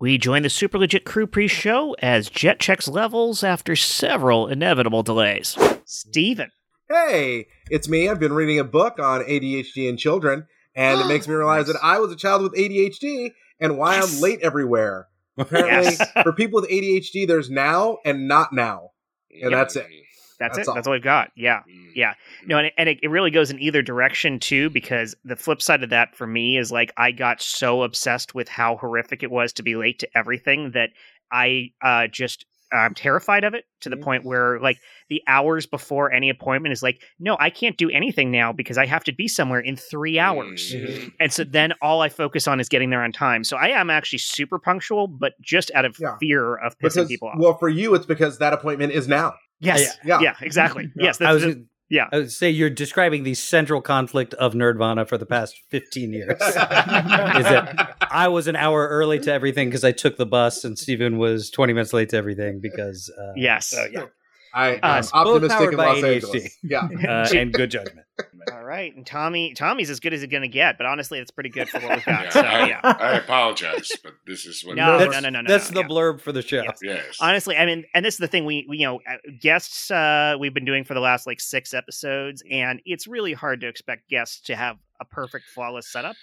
We join the Super Legit Crew pre show as Jet checks levels after several inevitable delays. Steven. Hey, it's me. I've been reading a book on ADHD in children, and it makes me realize that I was a child with ADHD and why I'm late everywhere. Apparently, Yes. for people with ADHD, there's now and not now. And that's it. That's, That's it. all. Mm. That's all we've got. Yeah. Yeah. No, and, it, and it, it really goes in either direction too, because the flip side of that for me is like I got so obsessed with how horrific it was to be late to everything that I uh, just I'm terrified of it to Mm. the point where like the hours before any appointment is like, no, I can't do anything now because I have to be somewhere in three hours. Mm. And so then all I focus on is getting there on time. So I am actually super punctual, but just out of Yeah. fear of pissing Because, people off. well, for you, it's because that appointment is now. yes. Yeah. Yeah. exactly. Yeah. Yes. I that's- was gonna- yeah. I would Uh, say you're describing the central conflict of Nerdvana for the past 15 years. Is it- I was an hour early to everything because I took the bus, and Steven was 20 minutes late to everything because uh, yes. Uh, so, yeah. I am Us, both optimistic powered in by Los ADHD. Angeles. Yeah. uh, and good judgment. All right, and Tommy, Tommy's as good as it's gonna get, but honestly, it's pretty good for what we've Yeah, got. So I, yeah, I apologize, but this is what. No, it no, is. no, no, no. That's no, the blurb for the show. Yes. Yes. honestly, I mean, and this is the thing we, we you know uh, guests uh, we've been doing for the last like six episodes, and it's really hard to expect guests to have a perfect, flawless setup.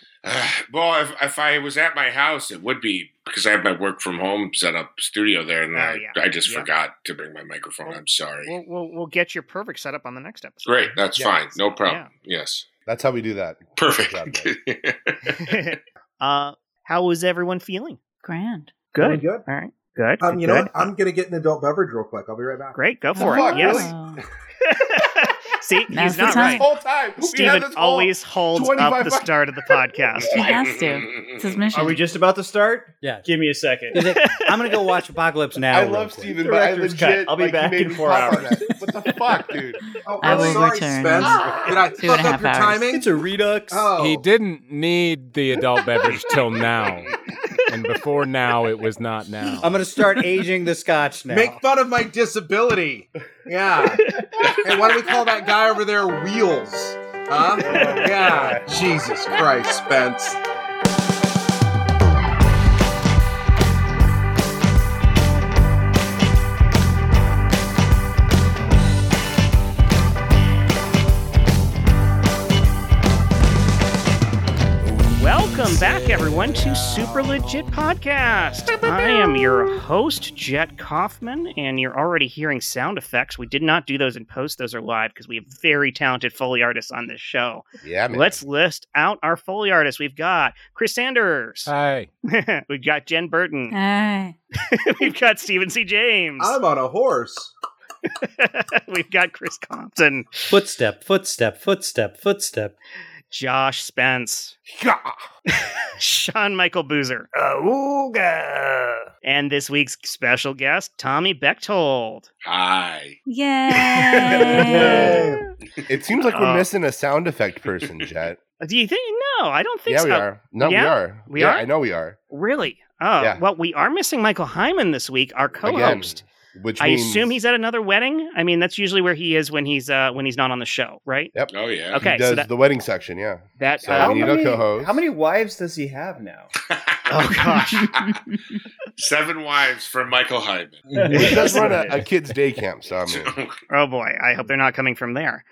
well, if, if I was at my house, it would be because I have my work from home set up studio there, and Oh, I, yeah. I just Yeah. forgot to bring my microphone. I'm sorry. We'll we'll, we'll get your perfect setup on the next episode. Great, that's Yeah. fine. No problem. Yes, That's how we do that. perfect. Exactly. uh, how was everyone feeling? Grand. Doing good. All right. Good. Um, you good. know what? I'm going to get an adult beverage real quick. I'll be right back. Great. Go for fuck, it. Yes. really? Oh. See, Now's he's the not time. right. This whole time. we had Steven this whole- always holds up 25 the start of the podcast. He has to. It's his mission. Are we just about to start? Yeah. Give me a second. He's like, I'm going to go watch Apocalypse Now. I real love quick." Steven, but I Director's legit. cut. I'll be like, he back made in me four pop on hours. that. What the fuck, dude? Oh, I I'm will sorry, return. Spence. Did I Two and a fuck up half your hours. timing? It's a redux. oh. He didn't need the adult beverage till now. And before now, it was not now. I'm going to start aging the scotch now. Make fun of my disability. Yeah. and why do we call that guy over there Wheels? Huh? Yeah. Jesus Christ, Spence. Welcome back, everyone, to Super Legit Podcast. I am your host, Jet Kaufman, and you're already hearing sound effects. We did not do those in post, those are live because we have very talented Foley artists on this show. Yeah, man. Let's list out our Foley artists. We've got Chris Sanders, Hi. we've got Jen Burton, Hey. we've got Stephen C. James, I'm on a horse. we've got Chris Compton, Footstep, footstep, footstep, footstep. Josh Spence, Sean Michael Boozer, and this week's special guest, Tommy Bechtold. Hi. Yay. It seems like we're Uh, missing a sound effect person, Jet. Do you think? No, I don't think yeah, so. we are. No, yeah? we are. We yeah, are? I know we are. Really? Oh, Yeah. well, we are missing Michael Hyman this week, our co-host. Again, which I means, assume he's at another wedding. I mean, that's usually where he is when he's uh, when he's not on the show, right? Oh yeah. he Okay, so does that, the wedding section. Yeah. that So uh, we need a co-host. how many wives does he have now? oh gosh, Seven wives for Michael Hyman. He does run a, That's a kids day camp, so I mean, oh boy, I hope they're not coming from there.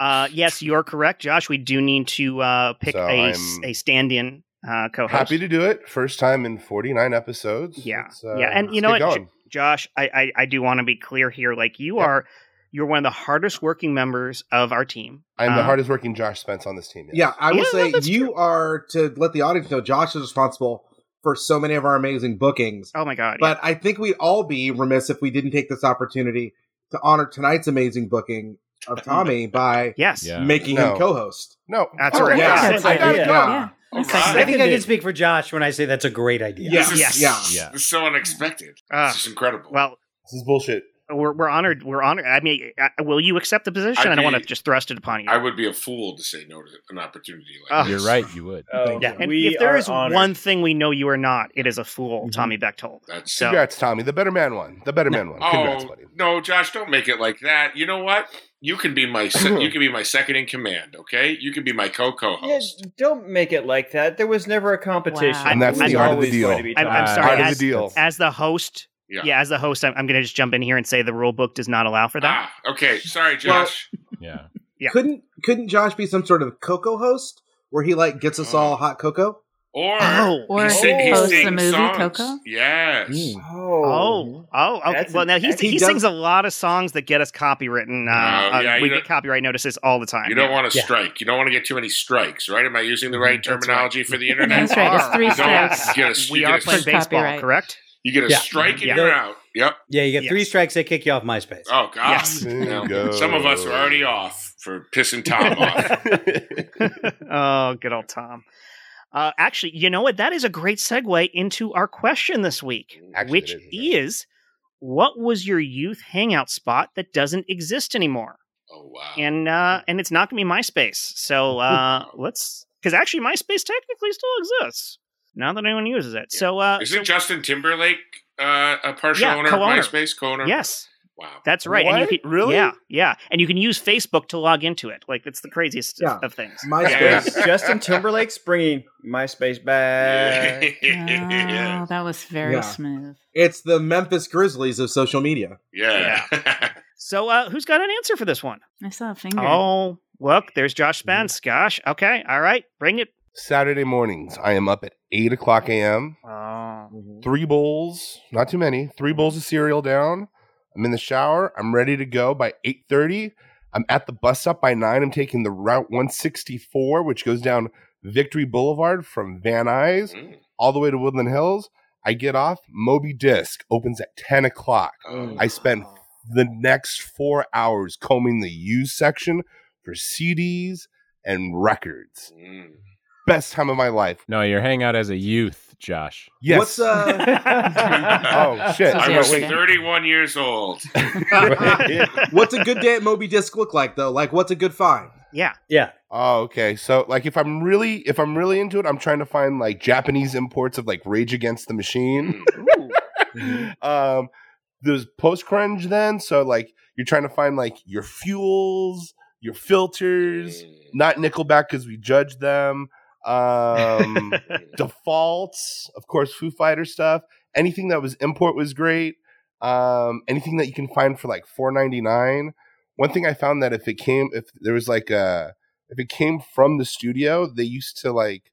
Uh, yes, you're correct, Josh. We do need to uh, pick So a s- I'm a stand-in uh, co-host. happy to do it. First time in 49 episodes. Yeah. Let's, uh, Yeah, and you let's know get what, J- going. Josh, I I, I do want to be clear here. Like you Yep. are, you're one of the hardest working members of our team. I'm the Uh, hardest working Josh Spence on this team. Yeah, I will Yeah, say that's you are to let the audience know Josh is responsible for so many of our amazing bookings. Oh my god, yeah. But I think we'd all be remiss if we didn't take this opportunity to honor tonight's amazing booking of Tommy by yes, Yeah. making No. him co-host. No. That's Oh, right. yeah. That's I right. gotta Yeah. go. Yeah. That's All I right. like- think I can speak for Josh when I say that's a great idea. Yes. This is, Yeah. This Yeah. is so unexpected. Uh, this is incredible. well, This is bullshit. We're, we're honored. We're honored. I mean, I- will you accept the position? I, I'd don't want to be- just thrust it upon you. I would be a fool to say no to an opportunity like Ugh. that. You're right. You would. Oh, yeah, and we if there are is honored. one thing we know you are not, it is a fool, Tommy Bechtold. That's So Mm-hmm. Congrats, Tommy. The better man won. The better man won. Congrats, Oh buddy. no, Josh! Don't make it like that. You know what? You can be my se- you can be my second in command. Okay, you can be my Yeah, co-co-host. don't make it like that. There was never a competition. Wow. And that's It was the art of the always deal. going to be I'm, I'm Uh, sorry. Part of as- the deal. as the host, yeah. as the host, I'm, I'm going to just jump in here and say the rule book does not allow for that. Ah, okay. Sorry, Josh. Yeah. Yeah. Couldn't couldn't Josh be some sort of cocoa host where he like gets us all hot cocoa? or Oh. Or he sing, he host the sings movie songs. Coco? Yes. Hmm. Mm. Oh. Oh, oh, okay. That's well, now he an- he, he does- sings a lot of songs that get us copywritten. Uh, Oh, uh, yeah, you we don't- get copyright notices all the time. You don't want to Yeah. strike. You don't want to get too many strikes, right? Am I using the right That's right. terminology for the internet? Mm-hmm. That's right. It's three You don't strikes. get a- we you are get a- playing baseball, Copyright. correct? You get a Yeah. strike and Yeah. you're out. Yep. Yeah, you get three Yes. strikes, they kick you off MySpace. Oh God. Yes. There you No. go. Some of us are already off for pissing Tom off. oh, good old Tom. Uh, actually, you know what? That is a great segue into our question this week, Actually, which it is, yeah. is what was your youth hangout spot that doesn't exist anymore? Oh wow. and uh and it's not gonna be MySpace. So uh let's because actually MySpace technically still exists. Not that anyone uses it. Yeah. So uh Isn't Justin Timberlake uh, a partial Yeah, owner co-owner. of MySpace? Co-owner. yes, Wow. that's right. And you What? can, Really? Yeah, yeah. And you can use Facebook to log into it. Like it's the craziest Yeah. of things. Yeah. MySpace. Wait, Justin Timberlake's bringing MySpace back. Oh, that was very Yeah. smooth. It's the Memphis Grizzlies of social media. yeah. So uh who's got an answer for this one? I saw a finger. Oh look, there's Josh Mm-hmm. Spence. Gosh, okay, all right, bring it. Saturday mornings, I am up at 8 o'clock a.m. Ah. Oh. Three bowls, not too many, three bowls of cereal down. I'm in the shower. I'm ready to go by 8.30. I'm at the bus stop by 9. I'm taking the Route 164, which goes down Victory Boulevard from Van Nuys Mm. all the way to Woodland Hills. I get off. Moby Disc opens at 10 o'clock. Oh. I spend the next four hours combing the used section for CDs and records. Mm. Best time of my life. No, your hangout as a youth, Josh. Yes. What's uh Oh, shit. Sounds I like was yesterday. 31 years old. what's a good day at Moby Disc look like though? Like what's a good find? yeah. Yeah. Oh, okay. So like if I'm really if I'm really into it, I'm trying to find like Japanese imports of like Rage Against the Hmm. Machine. Ooh. um there's post crunch then, so like you're trying to find like your fuels, your filters, not Nickelback because we judged them. Um defaults, of course, Foo Fighter stuff. Anything that was import was great. Um, anything that you can find for like four ninety nine. One thing I found that if it came, if there was like a, if it came from the studio, they used to like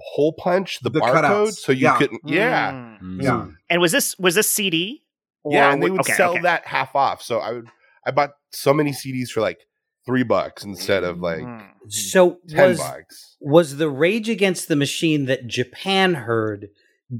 hole punch the, The barcode, cutouts. so you Yeah. couldn't. Yeah, Mm. Yeah. And was this was this CD? Or yeah, and they would okay, sell okay. that half off. So I would, I bought so many CDs for like three bucks instead of like Mm. So ten was bucks. was the Rage Against the Machine that Japan heard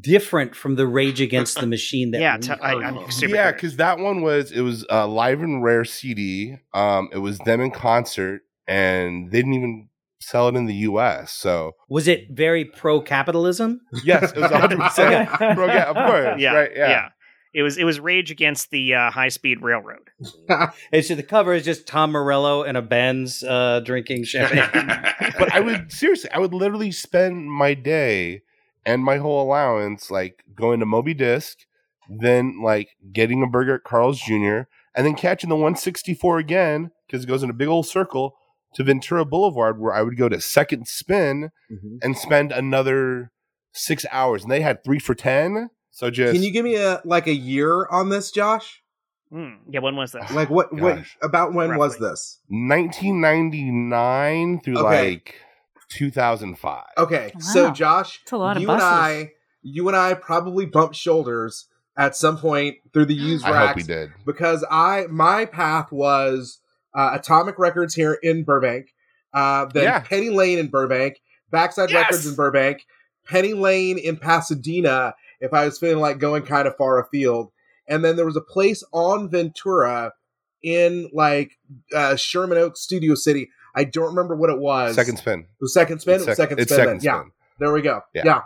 different from the Rage Against the Machine that Yeah, we t- I, heard? I'm super yeah, curious. because that one was it was a live and rare CD. Um, it was them in concert, and they didn't even sell it in the U.S. So was it very pro capitalism? yes, it was 100. percent Bro, yeah, of course. yeah, right, yeah. yeah. It was it was Rage Against the uh, High Speed Railroad. And so the cover is just Tom Morello and a Benz uh, drinking champagne. But I would seriously, I would literally spend my day and my whole allowance like going to Moby Disc, then like getting a burger at Carl's Jr. and then catching the 164 again because it goes in a big old circle to Ventura Boulevard where I would go to second spin. Mm-hmm. and spend another six hours. And they had three for ten. So just Can you give me a like a year on this, Josh? Hmm. Yeah, when was that? Like what what Gosh. about when was Roughly. this? 1999 through Okay. like 2005. Okay, Wow. so Josh, It's a lot of you buses. and I, you and I probably bumped shoulders at some point through the used I hope we racks did. because I my path was uh, Atomic Records here in Burbank, uh, then Yeah. Penny Lane in Burbank, Backside Yes! Records in Burbank, Penny Lane in Pasadena. If I was feeling like going kind of far afield, and then there was a place on Ventura in like uh, Sherman Oaks Studio City. I don't remember what it was. Second spin. The second spin. It's It was sec- second it's spin. second then. Yeah, spin. there we go. Yeah. Yeah.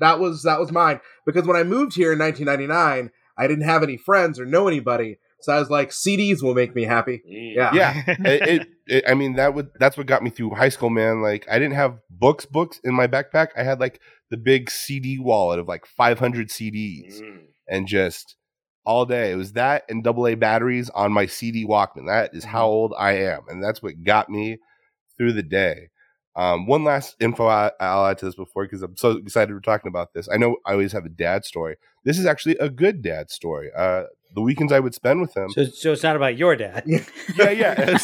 that was that was mine because when I moved here in 1999, I didn't have any friends or know anybody, So I was like, CDs will make me happy. Yeah. yeah it, it, it- i mean that would that's what got me through high school man like i didn't have books books in my backpack i had like the big cd wallet of like 500 cds and just all day it was that and double a batteries on my cd walkman that is how old i am and that's what got me through the day um, one last info I, i'll add to this before because i'm so excited we're talking about this i know i always have a dad story this is actually a good dad story uh, the weekends i would spend with him So, so it's not about your dad. yeah, yeah.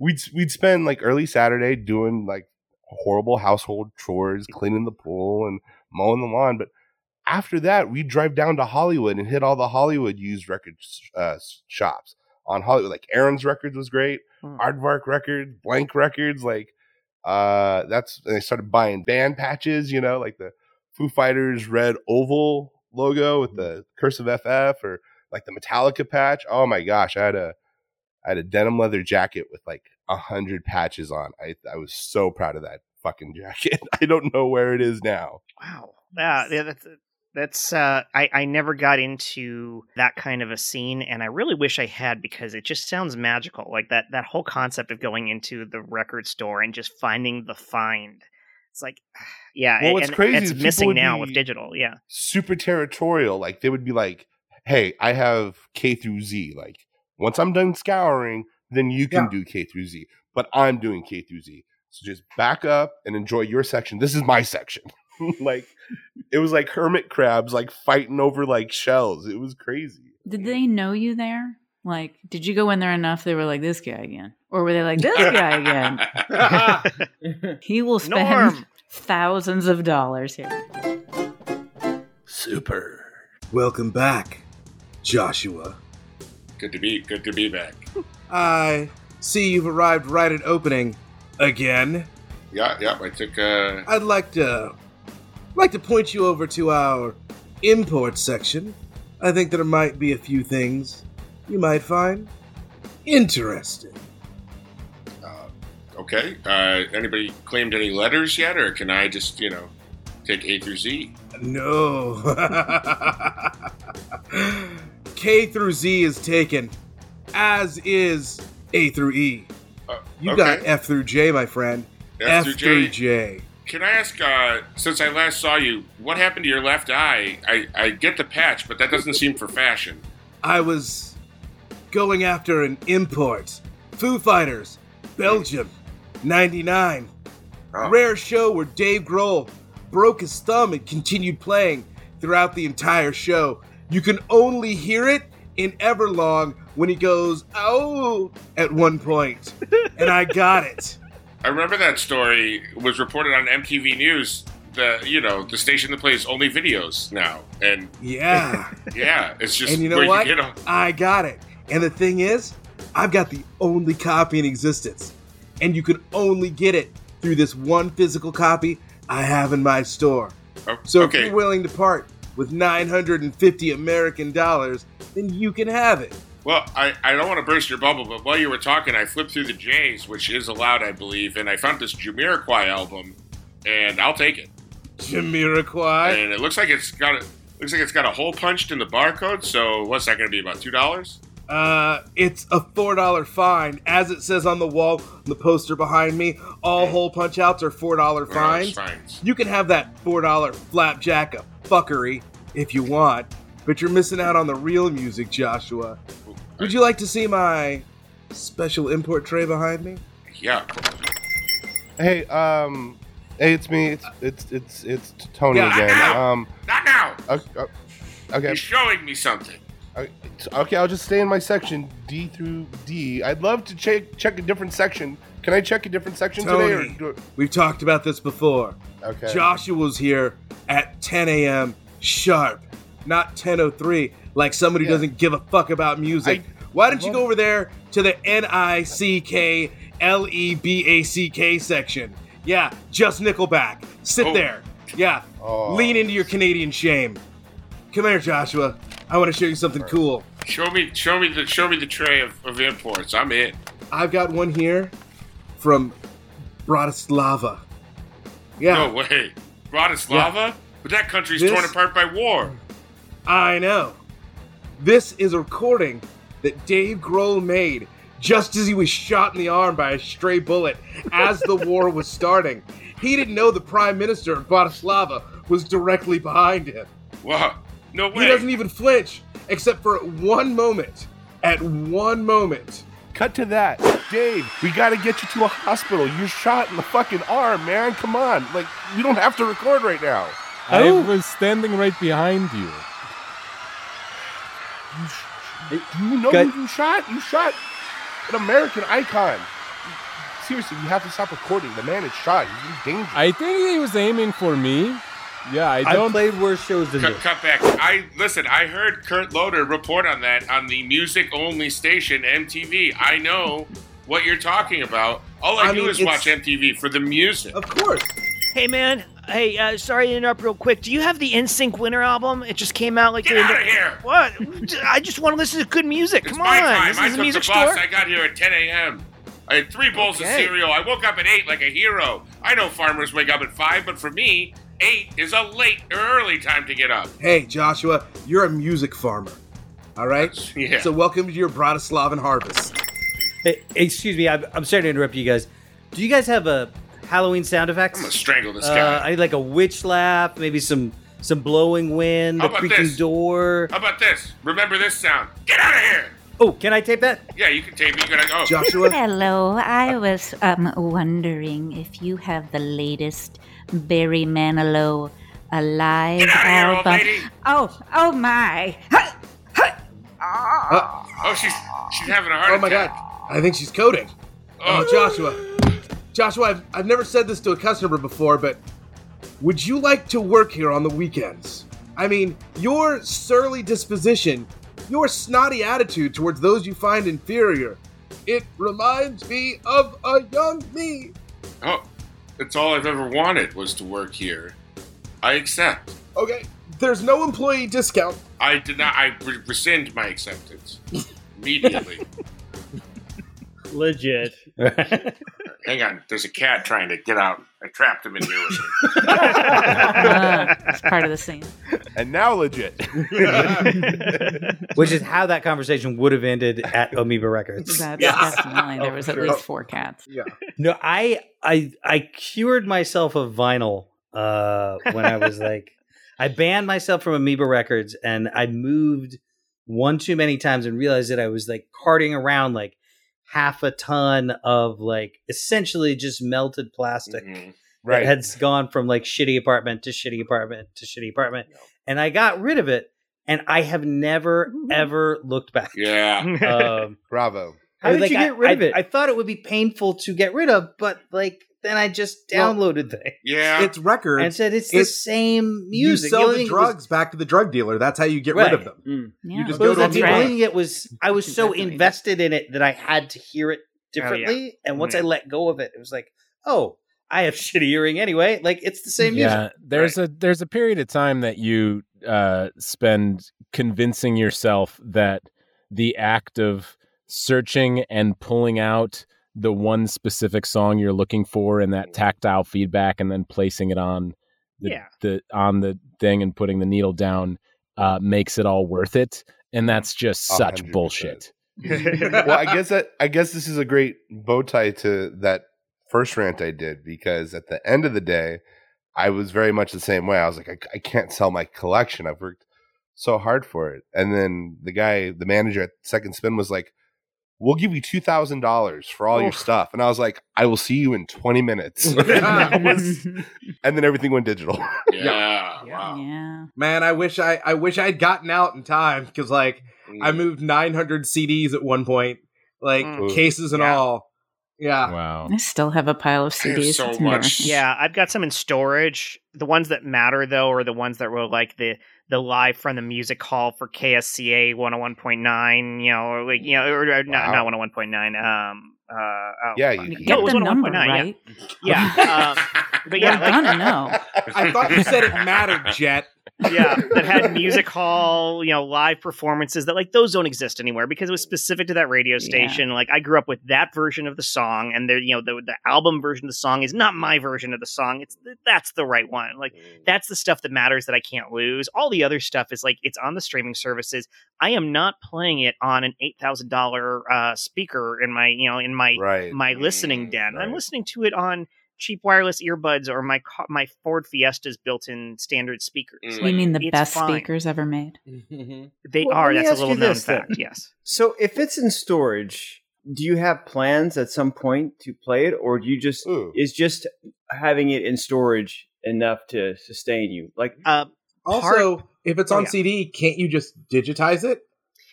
we'd we'd spend like early Saturday doing like horrible household chores, cleaning the pool and mowing the lawn. But after that, we'd drive down to Hollywood and hit all the Hollywood used record sh- uh, shops on Hollywood. Like Aaron's Records was great, Hmm. Aardvark Records, Blank Records. Like uh, that's and they started buying band patches. You know, like the Foo Fighters red oval logo with the cursive FF or like the Metallica patch. Oh my gosh, I had a I had a denim leather jacket with like a hundred patches on. I I was so proud of that fucking jacket. I don't know where it is now. Wow. Yeah, yeah, that's that's uh I, I never got into that kind of a scene and I really wish I had because it just sounds magical. Like that that whole concept of going into the record store and just finding the find. It's like yeah, Well, and- what's and crazy is it's people missing would now be- with digital, yeah. Super territorial. Like they would be like, "Hey, I have K through Z. Like once I'm done scouring, then you can Yeah. do K through Z. But I'm doing K through Z. So just back up and enjoy your section. This is my section." like it was like hermit crabs like fighting over like shells. It was crazy. Did they know you there? Like, did you go in there enough? They were like, this guy again. Or were they like, this guy again? He will spend Norm. thousands of dollars here. Super. Welcome back, Joshua. Good to be good to be back. I see you've arrived right at opening again. Yeah, yeah. I took uh I'd like to like to point you over to our import section. I think there might be a few things you might find interesting. Uh, okay. Uh, anybody claimed any letters yet, or can I just, you know, take A through Z? No. K through Z is taken, as is A through E. Uh, You okay. got F through J, my friend. F through J. J. Can I ask, uh, since I last saw you, what happened to your left eye? I, I get the patch, but that doesn't seem for fashion. I was going after an import. Foo Fighters, Belgium, 99. Oh. Rare show where Dave Grohl broke his thumb and continued playing throughout the entire show. You can only hear it in Everlong when he goes, oh, at one point. And I got it. I remember that story was reported on MTV News, the you know the station that plays only videos now, and Yeah, yeah, it's just And you know where what? you get 'em. I got it. And the thing is, I've got the only copy in existence. And you can only get it through this one physical copy I have in my store. O- So if oh, okay, you're willing to part with 950 American dollars, then you can have it. well, I, I don't want to burst your bubble, but while you were talking, I flipped through the J's, which is allowed, I believe, and I found this Jamiroquai album, and I'll take it. Jamiroquai. and it looks like it's got a looks like it's got a hole punched in the barcode. So what's that going to be about two dollars? Uh, it's a four dollar fine, as it says on the wall, on the poster behind me. All hole punch outs are four dollar fines. Fines. You can have that four dollar flapjack of fuckery if you want, but you're missing out on the real music, Joshua. Would you like to see my special import tray behind me? Yeah. Hey, um, hey, it's me. It's it's it's it's Tony Yeah. again. Um, Not now. okay, uh, okay, He's showing me something. okay. I'll just stay in my section D through D. I'd love to check check a different section. Can I check a different section Tony. today? Or do, We've talked about this before. okay. Joshua's here at 10 a.m. sharp, not 10:03. Like somebody Yeah. doesn't give a fuck about music. I- Why don't you love go over there to the N I C K L E B A C K section? Yeah, just Nickelback. Sit Oh. there. Yeah, Oh. lean into your Canadian shame. Come here, Joshua. I want to show you something cool. Show me, show me the, show me the tray of, of imports. I'm in. I've got one here from Bratislava. Yeah. No way. Bratislava, but that country's This- torn apart by war. I know. This is a recording that Dave Grohl made just as he was shot in the arm by a stray bullet as the war was starting. He didn't know the prime minister of Bratislava was directly behind him. Whoa. No way. He doesn't even flinch, except for at one moment. At one moment. Cut to that. Dave, we gotta get you to a hospital. You're shot in the fucking arm, man. Come on. Like, we don't have to record right now. I Oh. was standing right behind you. Do you know Cut. who you shot? You shot an American icon. Seriously, we have to stop recording. The man is shot. He's in danger. I think he was aiming for me. Yeah, I I've don't. played worse shows than Cut, this. cut back. I listen. I heard Kurt Loder report on that on the music-only station MTV. I know what you're talking about. All I, I do mean, is it's- watch MTV for the music. Of course. Hey man, hey, uh, sorry to interrupt real quick. Do you have the NSYNC Winter album? It just came out like Get the out of here! What? I just want to listen to good music. It's Come my on, time. this I is took a music the bus. store. I got here at 10 a.m. I had three bowls of Okay. cereal. I woke up at eight like a hero. I know farmers wake up at five, but for me, eight is a late or early time to get up. Hey, Joshua, you're a music farmer. All right? Yeah. So, welcome to your Bratislavan harvest. Hey, excuse me, I'm, I'm sorry to interrupt you guys. Do you guys have a Halloween sound I'm gonna effects? strangle this Uh, guy. I need like a witch laugh, maybe some some blowing wind, How a about creaking this? door. How about this? Remember this sound? Get out of here! Oh, can I tape that? Yeah, you can tape me. You're gonna go. Joshua, Hello, I was um, wondering if you have the latest Barry Manilow Alive Get out of here, old album. lady! Oh, oh my. Oh, she's she's having a heart oh my god, attack. I think she's coding. Oh, Oh. Joshua. Joshua, I've, I've never said this to a customer before, but would you like to work here on the weekends? I mean, your surly disposition, your snotty attitude towards those you find inferior, it reminds me of a young me. Oh, that's all I've ever wanted was to work here. I accept. Okay, there's no employee discount. I did not. I re- rescind my acceptance immediately. Legit. Hang on, there's a cat trying to get out. I trapped him in here. With me. Uh, it's part of the scene. and now, legit. Which is how that conversation would have ended at Amoeba Records. That's Yeah. definitely there was at sure. least four cats. No, I I I cured myself of vinyl uh when I was like I banned myself from Amoeba Records and I moved one too many times and realized that I was like carting around like half a ton of like essentially just melted plastic Mhm. Mm-hmm. Right. that had s- gone from like shitty apartment to shitty apartment to shitty apartment and I got rid of it and I have never ever looked back. Yeah. Um Bravo. How did you I- get rid I- of it? I thought it would be painful to get rid of, but like then I just Well- downloaded things Yeah. It's records. and said it's the it's- same you music. sell only the thing it was- drugs back to the drug dealer. That's how you get rid of Right. them. Yeah. just Well, go to that's the Amoeba. only thing it was. I was so Exactly. invested in it that I had to hear it yeah. differently. And once I Yeah. let go of it, it was like, oh, I have shitty hearing anyway. Like it's the same music. Yeah, there's a there's a period of time that you uh, spend convincing yourself that the act of searching and pulling out the one specific song you're looking for and Mm-hmm. that tactile feedback and then placing it on the, Yeah. the on the thing and putting the needle down uh, makes it all worth it and that's just A such hundred bullshit well, I guess that I guess this is a great bow tie to that first rant I did because at the end of the day, I was very much the same way. I was like, I, I can't sell my collection. I've worked so hard for it. And then the guy, the manager at Second Spin, was like, "We'll give you two thousand dollars for all your Oof. stuff." And I was like, "I will see you in twenty minutes." That was- and then everything went digital. yeah. Wow. Yeah. Man, I wish I I wish I'd gotten out in time because like I Mm. moved 900 CDs at one point, like Mm. cases and Yeah. all. Yeah. wow I still have a pile of I have CDs. so it's much. embarrassing. yeah, I've got some in storage. The ones that matter though are the ones that were like the the live from the music hall for KSCA 101.9, you know, or like you know, or, or not oh Wow. not 101.9. Um uh oh, yeah, fuck. you, Get it was the 101.9, number yeah. right. yeah. um, but yeah, We're like, gonna know. I thought you said it mattered, Jet. yeah, that had music hall, you know, live performances that like those don't exist anywhere because it was specific to that radio station. Like I grew up with that version of the song, and the you know the the album version of the song is not my version of the song. It's that's the right one. Like Mm. that's the stuff that matters that I can't lose. All the other stuff is like it's on the streaming services. I am not playing it on an eight thousand dollar uh, speaker in my you know in my Right. Mm, my listening den. right. I'm listening to it on cheap wireless earbuds or my ca- my Ford Fiesta's built-in standard speakers. Mm. Like, you mean the it's best fine. speakers ever made? They Well, are. let me That's a ask you little known this, then. fact. Yes. So if it's in storage, do you have plans at some point to play it, or do you just Ooh. is just having it in storage enough to sustain you? Like, Uh, Also, if it's Oh, on yeah. CD, can't you just digitize it?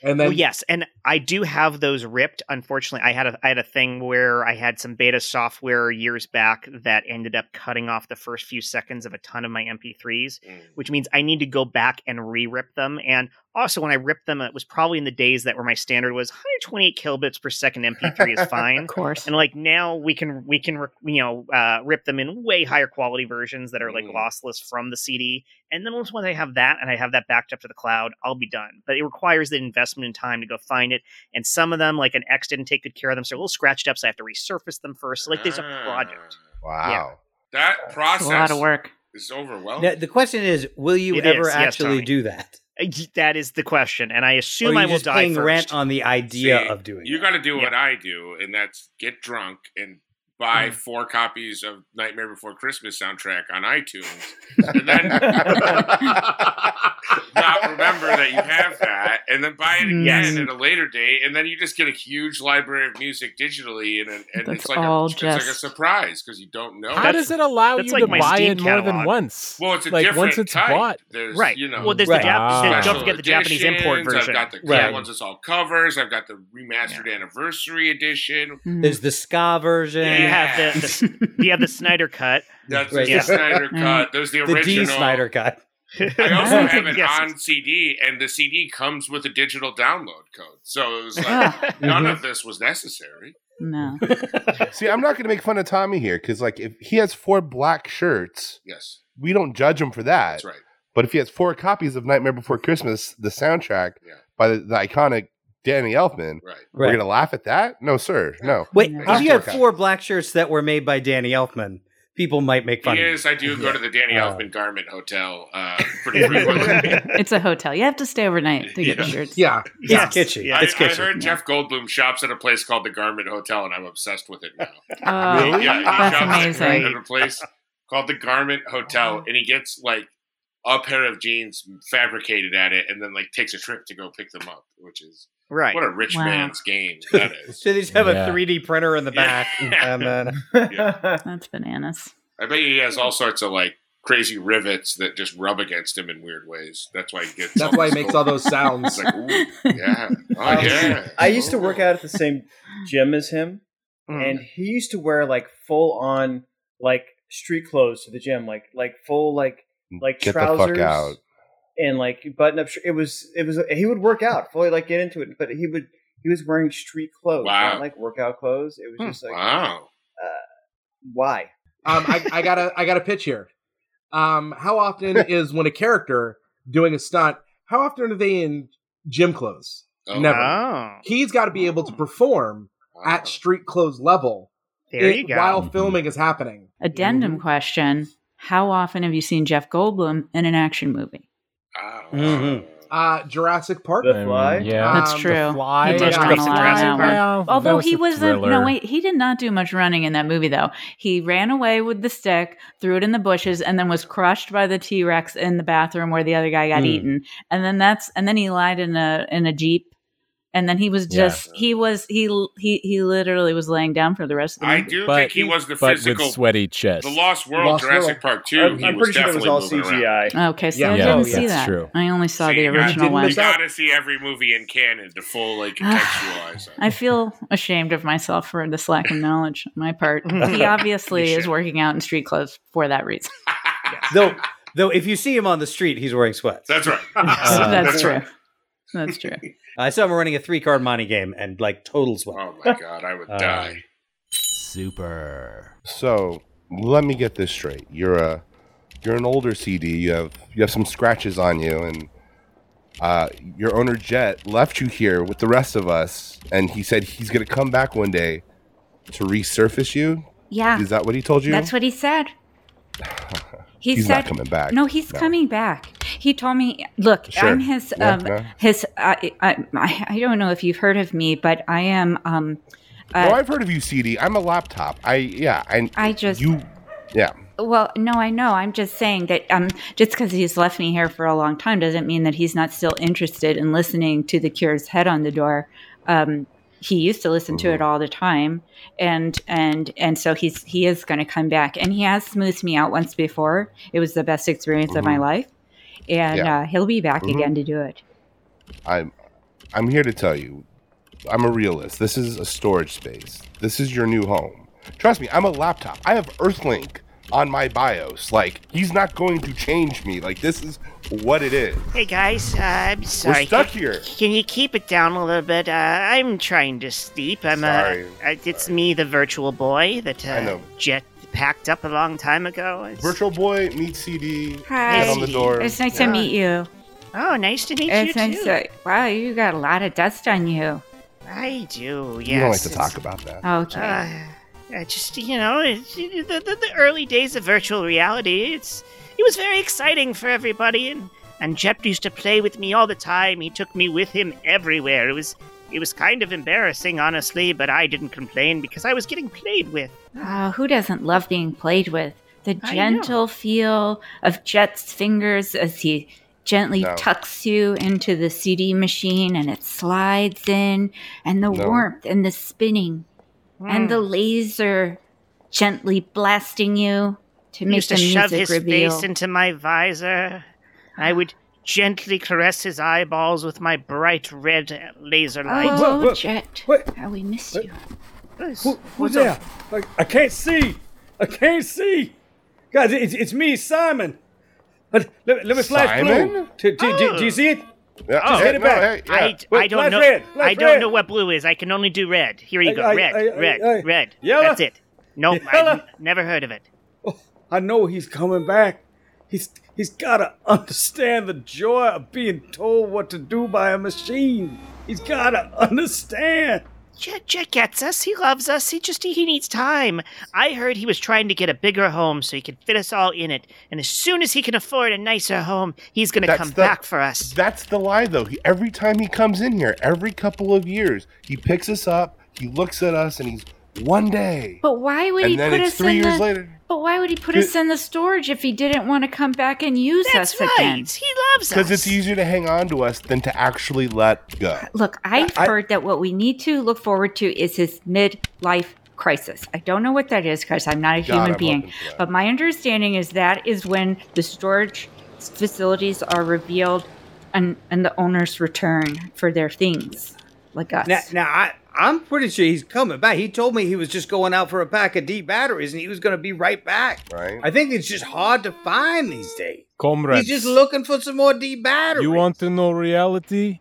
And then well, yes, and I do have those ripped. Unfortunately, I had a I had a thing where I had some beta software years back that ended up cutting off the first few seconds of a ton of my MP3s. Mm. which means I need to go back and re-rip them. And also, when I ripped them, it was probably in the days that where my standard was 128 kilobits per second MP3 is fine. Of course. And like now we can we can you know uh, rip them in way higher quality versions that are like Mm. lossless from the CD. And then once once I have that and I have that backed up to the cloud, I'll be done. But it requires the investment in time to go find it. And some of them, like an X, didn't take good care of them, so they're a little scratched up. So I have to resurface them first. So, like there's a project. Wow. Ah. That It's process a lot of work. is overwhelming. Now, the question is, will you It ever is, yes, actually Tommy. do that? That is the question, and I Or assume are I you will just die paying first. rent on the idea See, of doing You it? got to do Yeah. Mm. what I do, and that's get drunk and buy four copies of Nightmare Before Christmas soundtrack on iTunes, and then not remember that you have that, and then buy it Mm. again Yes. at a later date, and then you just get a huge library of music digitally, and and That's it's like all a, it's like a just- surprise because you don't know. How does it allow that's you like to my buy Steam it more than catalog. once? Well, it's a like different once it's type. bought. There's, Right. You know, well, there's Right. the Jap- Ah. there's- special don't forget the Japanese import editions, version. I've got the Right. right. ones that's all covers. I've got the remastered anniversary edition. Hmm. Mm. There's the ska version. You Yeah. have the, the you have the Snyder cut. That's Right. just Yeah. the Snyder Mm. cut. There's the The original. D Snyder cut. I also have it Yes. on CD, and the CD comes with a digital download code. So it was like none of this was necessary. no. See, I'm not going to make fun of Tommy here because, like, if he has four black shirts, Yes, we don't judge him for that. that's right. But if he has four copies of Nightmare Before Christmas, the soundtrack Yeah. by the, the iconic Danny Elfman, Right. we're Right. going to laugh at that? No, sir. No. Wait, Yeah. if you had Four four black shirts that were made by Danny Elfman, people might make fun of Yes, I do go to the Danny Uh, Elfman Garment Hotel uh, pretty frequently. It's a hotel. You have to stay overnight to get Yeah. shirts. yeah, you. It's kitschy. Yeah. I, It's I kitschy. heard Jeff Goldblum shops at a place called the Garment Hotel, and I'm obsessed with it now. Oh, Really? Yeah, he That's shops amazing. At a place called the Garment Hotel, and he gets like a pair of jeans fabricated at it, and then like takes a trip to go pick them up, which is Right. what a rich Wow. man's game that is. So they just have Yeah. a 3D printer in the Yeah. back. and then uh, That's bananas. I bet he has all sorts of like crazy rivets that just rub against him in weird ways. That's why he gets. that's all why he this makes all gold. those sounds. It's like, ooh, yeah, oh Um, yeah. I used to work out at the same gym as him, Hmm. Mm. and he used to wear like full on like street clothes to the gym, like like full like like Get the trousers fuck out. and like button up. Sh- it was it was he would work out fully like get into it, but he would he was wearing street clothes, Wow. Hmm, not like workout clothes. It was just like uh, Wow. why? Um, I, I got a I got a pitch here. Um, how often is when a character doing a stunt? How often are they in gym clothes? Oh, Never. Oh, He's got to be able to perform wow. Mm-hmm. at street clothes level there i- you go. while Mhm. filming is happening. Addendum Mm-hmm. question How often have you seen Jeff Goldblum in an action movie? Wow. Mm-hmm. Mhm. Uh, Jurassic Park. The Fly? Mm, yeah. That's Um, true. The Fly. He did Yeah. run a lot that one. Well, that Although he a was a, no thriller. wait, he did not do much running in that movie though. He ran away with the stick, threw it in the bushes, and then was crushed by the T Rex in the bathroom where the other guy got Mm. Hmm. eaten. And then that's and then he lied in a in a jeep. And then he was Yeah. just he was he he he literally was laying down for the rest of the I movie. do But- think he was the but with physical. sweaty chest. The Lost World, Lost Jurassic World. Park 2. I'm, he I'm pretty sure it was all definitely moving around. CGI. Okay, so Yeah. I Yeah, didn't oh, see that's that. true. I only saw See, the you gotta- original didn't one. You gotta see every movie in canon to full like contextualize it. I feel ashamed of myself for this lack of knowledge on my part. He obviously You is should. working out in street clothes for that reason. though, though, if you see him on the street, he's wearing sweats. That's right. that's that's true. right. That's true. I saw him running a three card Monty game and like total sweat. Oh my god, I would Uh, die. So let me get this straight. You're a you're an older CD. You have you have some scratches on you, and uh, your owner Jet left you here with the rest of us, and he said he's gonna come back one day to resurface you. Yeah. Is that what he told you? That's what he said. He He's said, not coming back. No, he's No. coming back. He told me, look, Sure. I'm his, Yeah, um, yeah. his. I, I, I I don't know if you've heard of me, but I am. Um, no, uh, I've heard of you, CD. I'm a laptop. I yeah. I I just. you yeah. Well, no, I know. I'm just saying that um, just because he's left me here for a long time doesn't mean that he's not still interested in listening to The Cure's "Head on the Door." Um, he used to listen Mm-hmm. to it all the time, and and and so he's he is going to come back, and he has smoothed me out once before. It was the best experience of my Mhm. life, and Yeah. uh, he'll be back Mhm. again to do it. I'm I'm here to tell you, I'm a realist. This is a storage space. This is your new home. Trust me, I'm a laptop. I have Earthlink on my BIOS. Like he's not going to change me. Like this is what it is. Hey guys, uh, I'm sorry. stuck Can- here. Can you keep it down a little bit? Uh, I'm trying to sleep. I'm Sorry. uh, uh, it's me, the virtual boy that uh, I know. Jet packed up a long time ago. It's- Virtual Boy meets CD. Hi. Head on the door. It's nice Yeah. to meet you. oh, nice to meet you It's nice. too. To, wow, you got a lot of dust on you. I do. Yes. You don't like to it's- talk about that. Okay. Uh, I just you know, it's, the, the, the early days of virtual reality. It's it was very exciting for everybody, and and Jet used to play with me all the time. He took me with him everywhere. It was it was kind of embarrassing, honestly, but I didn't complain because I was getting played with. Oh, who doesn't love being played with? The I know. gentle feel of Jet's fingers as he gently No. tucks you into the CD machine and it slides in, and the No. warmth and the spinning and the laser gently blasting you to He make used the to shove music his reveal. Ah. face into my visor. I would gently caress his eyeballs with my bright red laser oh, light. Whoa, whoa, Jet, what? how we miss you. Who, Who's there? Like, I can't see. I can't see. Guys, it's, it's me, Simon. Let, let, let me flash Simon? blue. Do, do, do, Ah. do you see it? Yeah, Oh. yeah, hit it no, back. hey, yeah. I, Wait, I don't light know. red, light I don't red. know what blue is. I can only do red. Here you go. Ay, ay, red, ay, ay, red, ay. red. Yellow. That's it. Nope, I've Yellow. never heard of it. I know he's coming back. He's he's got to understand the joy of being told what to do by a machine. He's got to understand. Jet, Jet gets us. He loves us. He just he needs time. I heard he was trying to get a bigger home so he could fit us all in it. And as soon as he can afford a nicer home, he's gonna That's come the- back for us. That's the lie, though. He, every time he comes in here, every couple of years, he picks us up, he looks at us, and he's one day. But why would And he then put it's us three in years the? later. But why would he put Good- us in the storage if he didn't want to come back and use That's us right. again? He loves us. Because it's easier to hang on to us than to actually let go. Look, I've I- heard that what we need to look forward to is his midlife crisis. I don't know what that is because I'm not a God, human I'm being, hoping for that. but my understanding is that is when the storage facilities are revealed and, and the owners return for their things, like us. Now, now I, I'm pretty sure he's coming back. He told me he was just going out for a pack of D batteries and he was going to be right back. Right. I think it's just hard to find these days. Comrades, He's just looking for some more D batteries. you want to know reality?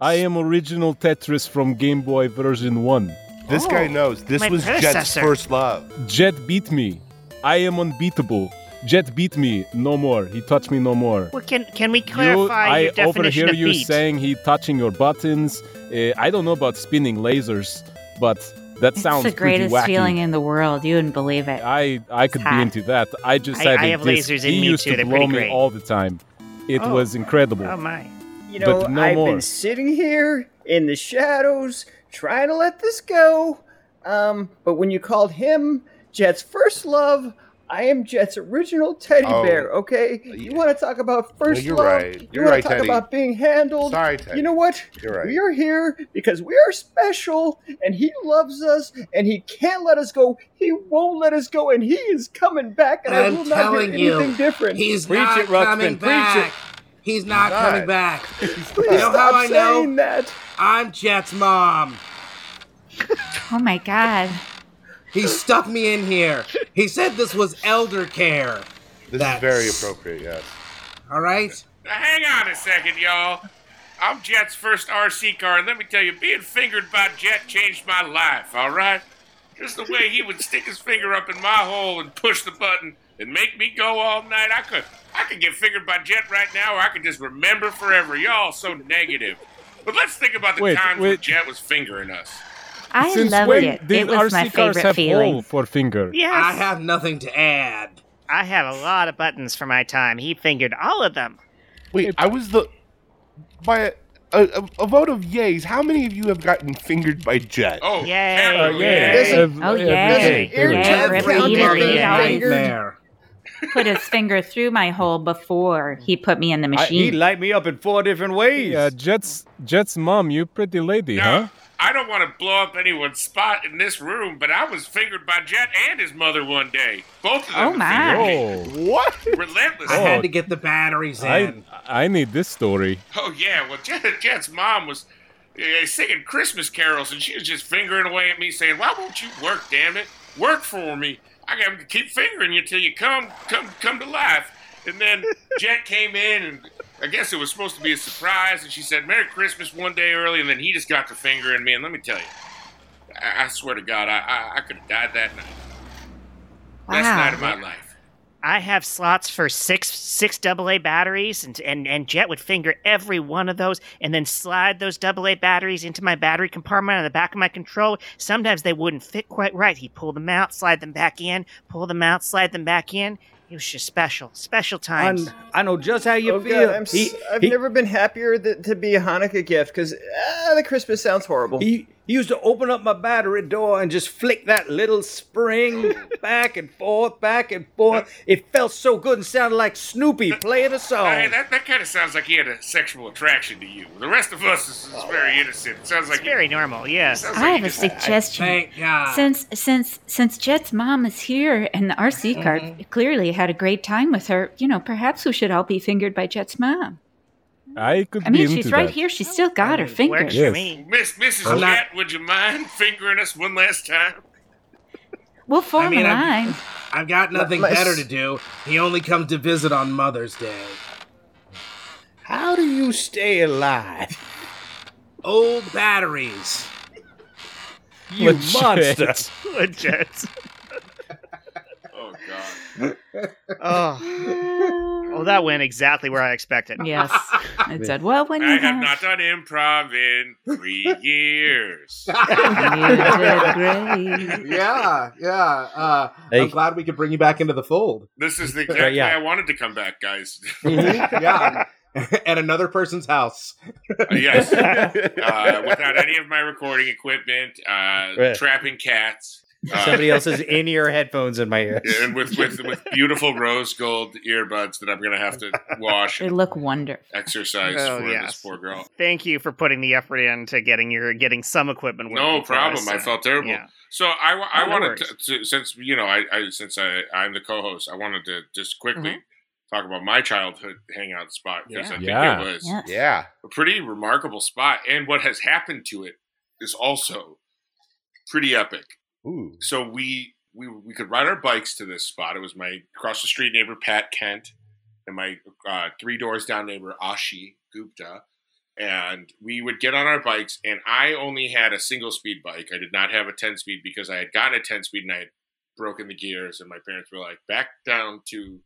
I am original Tetris from Game Boy version 1. This guy knows. This Oh, my was Jet's predecessor. first love. Jet beat me. I am unbeatable. Jet beat me. No more. He touched me no more. Well, can can we clarify I your definition overhear of you beat? saying he touching your buttons. Uh, I don't know about spinning lasers, but that it's sounds the greatest pretty wacky. feeling in the world. You wouldn't believe it. I I could be hot. into that. I I- just I had a have disc. lasers in he me used too. to They're blow pretty me great. all the time. It Oh. was incredible. Oh my. You know, But no I've more. been sitting here in the shadows trying to let this go. Um, but when you called him Jet's first love, I am Jet's original teddy Oh. bear, okay? You want to talk about first you're love? right. You You're want right, to talk Teddy. about being handled? Sorry, Teddy. You know what? You're right. We are here because we are special and he loves us and he can't let us go. He won't let us go and he is coming back and I I'm will not do telling you, anything different. He's Preach not it, Ruxpin, coming preach back. it. He's not He's coming not. back. Please You know stop how I know? saying that. I'm Jet's mom. Oh my God. He stuck me in here. He said this was elder care. This That's- is very appropriate, yes. All right. Now, hang on a second, y'all. I'm Jet's first RC car, and let me tell you, being fingered by Jet changed my life, all right? Just the way he would stick his finger up in my hole and push the button, and make me go all night. I could I could get fingered by Jet right now, or I could just remember forever. Y'all so negative. But let's think about the Wait, times when wait. Jet was fingering us. I Since loved when it. did It was my RC cars favorite have feeling. hole for finger? Yes. I have nothing to add. I had a lot of buttons for my time. He fingered all of them. Wait, I was the by a, a, a vote of yays. How many of you have gotten fingered by Jet? Oh, Yay. definitely. yeah. Doesn't- Oh, Okay, yay. there we go. Yeah, That's Rip Eater, nothing yeah. right there. Put his finger through my hole before he put me in the I, he machine. light me up in four different ways. Yeah, Jet's Jet's mom, you pretty lady, Now, huh? I don't want to blow up anyone's spot in this room, but I was fingered by Jet and his mother one day. Both of them Oh, my. fingered me. Oh, What? Relentless. I Oh. had to get the batteries in. I I need this story. Oh yeah, well Jet, Jet's mom was uh, singing Christmas carols, and she was just fingering away at me, saying, "Why won't you work? Damn it, work for me! I got to keep fingering you till you come, come, come to life." And then Jet came in, and I guess it was supposed to be a surprise, and she said, "Merry Christmas" one day early, and then he just got to fingering me. And let me tell you, I, I swear to God, I I, I could have died that night. Best Wow. night of my life. I have slots for six six AA batteries, and, and and Jet would finger every one of those, and then slide those AA batteries into my battery compartment on the back of my controller. Sometimes they wouldn't fit quite right. He'd pull them out, slide them back in, pull them out, slide them back in. It was just special, special I, times. I know just how you oh, feel. God, I'm, s he, have he- never been happier th- to be a Hanukkah gift because Ah, the Christmas sounds horrible. He, he used to open up my battery door and just flick that little spring back and forth, back and forth. It felt so good and sounded like Snoopy playing Hey, a song. that, that kind of sounds like he had a sexual attraction to you. The rest of us is, Oh, is very innocent. It sounds like It's very normal, yes. sounds I like have he a just- suggestion. Thank God. since since since Jet's mom is here and the RC card clearly had a great time with her, you know, perhaps we should all be fingered by Jet's mom. I could I mean, be into she's right that. here. She's still got her fingers. Works Yes. for me. Miss Mrs. I'm not- Jet, would you mind fingering us one last time? We'll form I mean, a I'm- line. I've got nothing my s- better to do. He only comes to visit on Mother's Day. How do you stay alive? Old batteries. You Legit. monster. Jet. Oh God! Oh. well, that went exactly where I expected. Yes, it said. Well, when I you have have, not done improv in three years. You did great. yeah, yeah. Uh, Hey. I'm glad we could bring you back into the fold. This is the exact Right, yeah. Mm-hmm. way I wanted to come back, guys. Mm-hmm. yeah, at another person's house. yes, uh, without any of my recording equipment, uh, Right. trapping cats, uh, Somebody else's in-ear headphones in my ear. and with, with with beautiful rose gold earbuds that I'm gonna have to wash They and look wonderful. exercise Oh, for yes. this poor girl. Thank you for putting the effort into getting your getting some equipment. No working for problem. us. uh, I felt terrible. Yeah. So I, wa- I Oh, no wanted worries. to, to since you know I, I since I I'm the co-host, I wanted to just quickly Mm-hmm. talk about my childhood hangout spot because I think Yeah. it was Yes. Yeah. a pretty remarkable spot, and what has happened to it is also pretty epic. Ooh. So we we we could ride our bikes to this spot. It was my across the street neighbor Pat Kent and my uh, three doors down neighbor Ashi Gupta, and we would get on our bikes. And I only had a single speed bike. I did not have a ten speed because I had gotten a ten speed and I had broken the gears. And my parents were like, "Back down to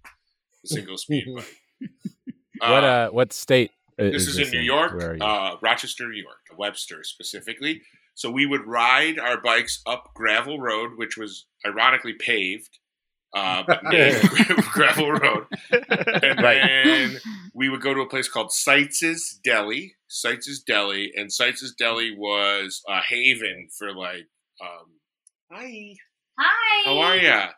the single speed bike." What uh, what state? i- this is, in New Where are York, you? uh, Rochester, New York, Webster specifically. So we would ride our bikes up gravel road, which was ironically paved, uh, but named gravel road. And then we would go to a place called Seitz's Deli. Seitz's Deli, and Seitz's Deli was a haven for like, um, hi, Hi. how are ya?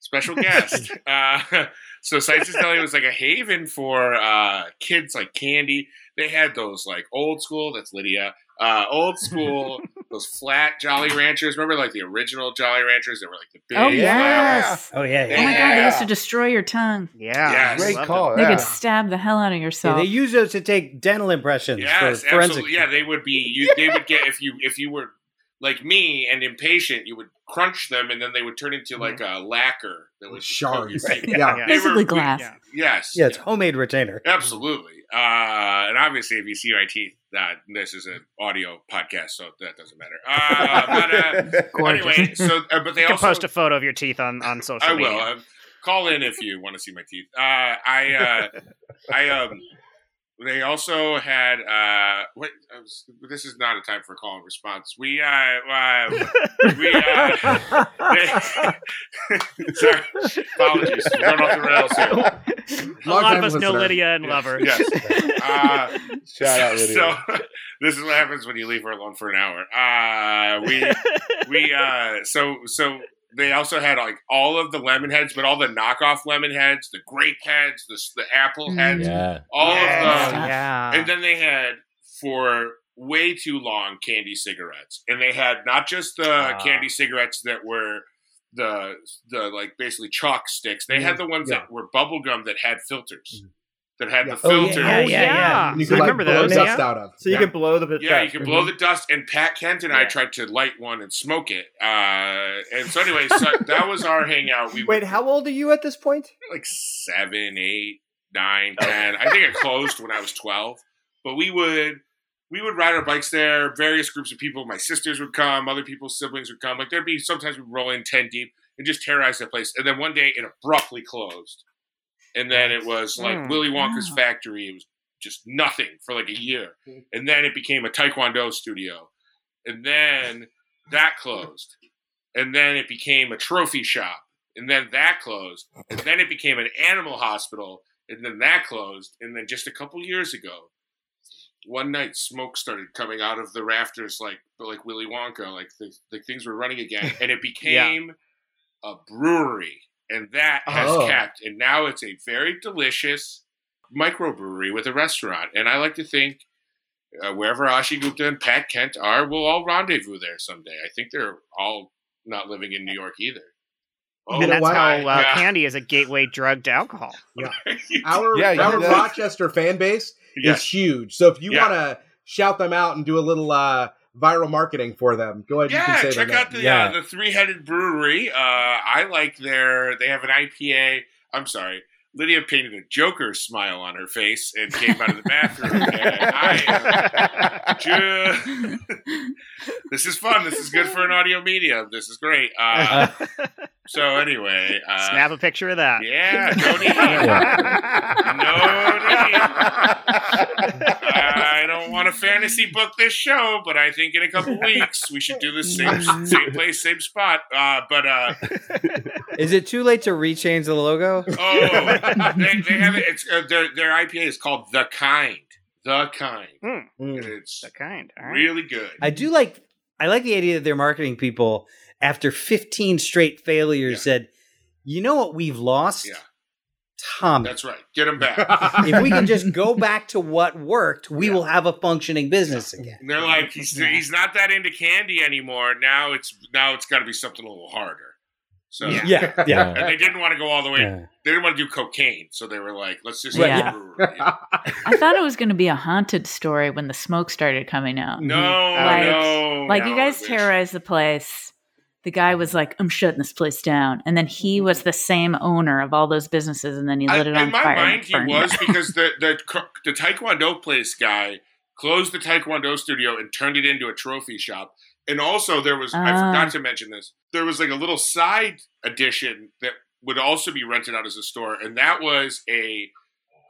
Special guest. uh, so Seitz's Deli was like a haven for uh, kids like candy. They had those like old school, that's Lydia, uh, old school, those flat Jolly Ranchers. Remember like the original Jolly Ranchers that were like the big Oh flat- yes. Oh yeah, yeah. Oh my god, they used to Yeah. destroy your tongue. Yeah. Yes. I Great loved call. it. they yeah. could stab the hell out of yourself. they use those to take dental impressions Yes, for forensic. absolutely. Yeah, they would be. You, They would get if you if you were like me and impatient, you would crunch them, and then they would turn into like a lacquer that was Shards. Right. Yeah. They were- Basically glass. yeah. Yes. Yeah, it's homemade retainer. Absolutely. Uh, and obviously, if you see my teeth, uh, this is an audio podcast, so that doesn't matter. Uh, but uh, anyway, so uh, but they You can also post a photo of your teeth on, on social I will. media. Um, Call in if you want to see my teeth. Uh, I uh, I um. They also had uh, wait, I was, this is not a time for call and response. We uh, uh we uh, they- sorry, apologies, run off the rails here. A lot of us know Lydia and love her. Yes. Uh, Shout out, Lydia. so this is what happens when you leave her alone for an hour. Uh, we we uh, so so they also had like all of the lemon heads, but all the knockoff lemon heads, the grape heads, the s- the apple heads, Yeah. all Yeah. of them. And then Um, they had for way too long candy cigarettes, and they had not just the Ah. candy cigarettes that were the the like basically chalk sticks. They Mm-hmm. had the ones Yeah. Mm-hmm. that were bubble gum that had filters, that had the Yeah. Oh, yeah, filters. yeah, yeah, And you I could like remember blow those. dust yeah. out of. Mm-hmm. So you can blow the Yeah, you can blow the dust. And Pat Kent and I tried to light one and smoke it. Uh, and so anyway, so that was our hangout. We Wait, were how old are you at this point? like seven, eight, nine, ten. I think I closed when I was twelve. But we would we would ride our bikes there. Various groups of people. My sisters would come. Other people's siblings would come. Like there'd be sometimes we'd roll in ten deep and just terrorize the place. And then one day it abruptly closed. And then it was like Hmm. Willy Wonka's Wow. factory. It was just nothing for like a year. And then it became a Taekwondo studio. And then that closed. And then it became a trophy shop. And then that closed. And then it became an animal hospital. And then that closed. And then just a couple years ago, one night smoke started coming out of the rafters like like Willy Wonka. Like the, like things were running again. And it became a brewery. And that has Oh. kept. And now it's a very delicious microbrewery with a restaurant. And I like to think uh, wherever Ashi Gupta and Pat Kent are, we'll all rendezvous there someday. I think they're all not living in New York either. Oh, And You know that's what? how uh, Yeah. candy is a gateway drug to alcohol. Our Yeah, you our know- Rochester fan base Yes. is huge. So if you Yeah. want to shout them out and do a little uh, viral marketing for them, go ahead. you Yeah, can say check their out name. the Yeah. uh, the three headed brewery. Uh, I like their. They have an IPA. I'm sorry, Lydia painted a Joker smile on her face and came out of the bathroom. and I am ju- this is fun. This is good for an audio medium. This is great. Uh, so anyway, uh, Snap a picture of that. yeah, no need. no need. I don't want to fantasy book this show, but I think in a couple weeks we should do the same same place, same spot. Uh, but uh, Is it too late to rechange the logo? oh, they, they have it. It's, uh, their their IPA is called the kind, the kind, and Mm. it's Hmm. The kind. All right. really good. I do like I like the idea that their marketing people, after 15 straight failures, Yeah. said, "You know what we've lost? Yeah. Tommy. That's right. Get them back. if we can just go back to what worked, we Yeah. will have a functioning business again." And they're like, he's he's not that into candy anymore. Now it's now it's got to be something a little harder. So Yeah. Yeah, yeah. And they didn't want to go all the way. yeah. They didn't want to do cocaine, so they were like, "Let's just Right. do brewery." I thought it was going to be a haunted story when the smoke started coming out. No, Mm-hmm. Like- no. Like no, you I guys wish. terrorized the place. The guy was like, "I'm shutting this place down," and then he was the same owner of all those businesses, and then he I, lit it on in my fire. and mind, he burned it. was because the, the co- the Taekwondo place guy closed the Taekwondo studio and turned it into a trophy shop. And also, there was I Ah. forgot to mention this. There was like a little side addition that would also be rented out as a store, and that was a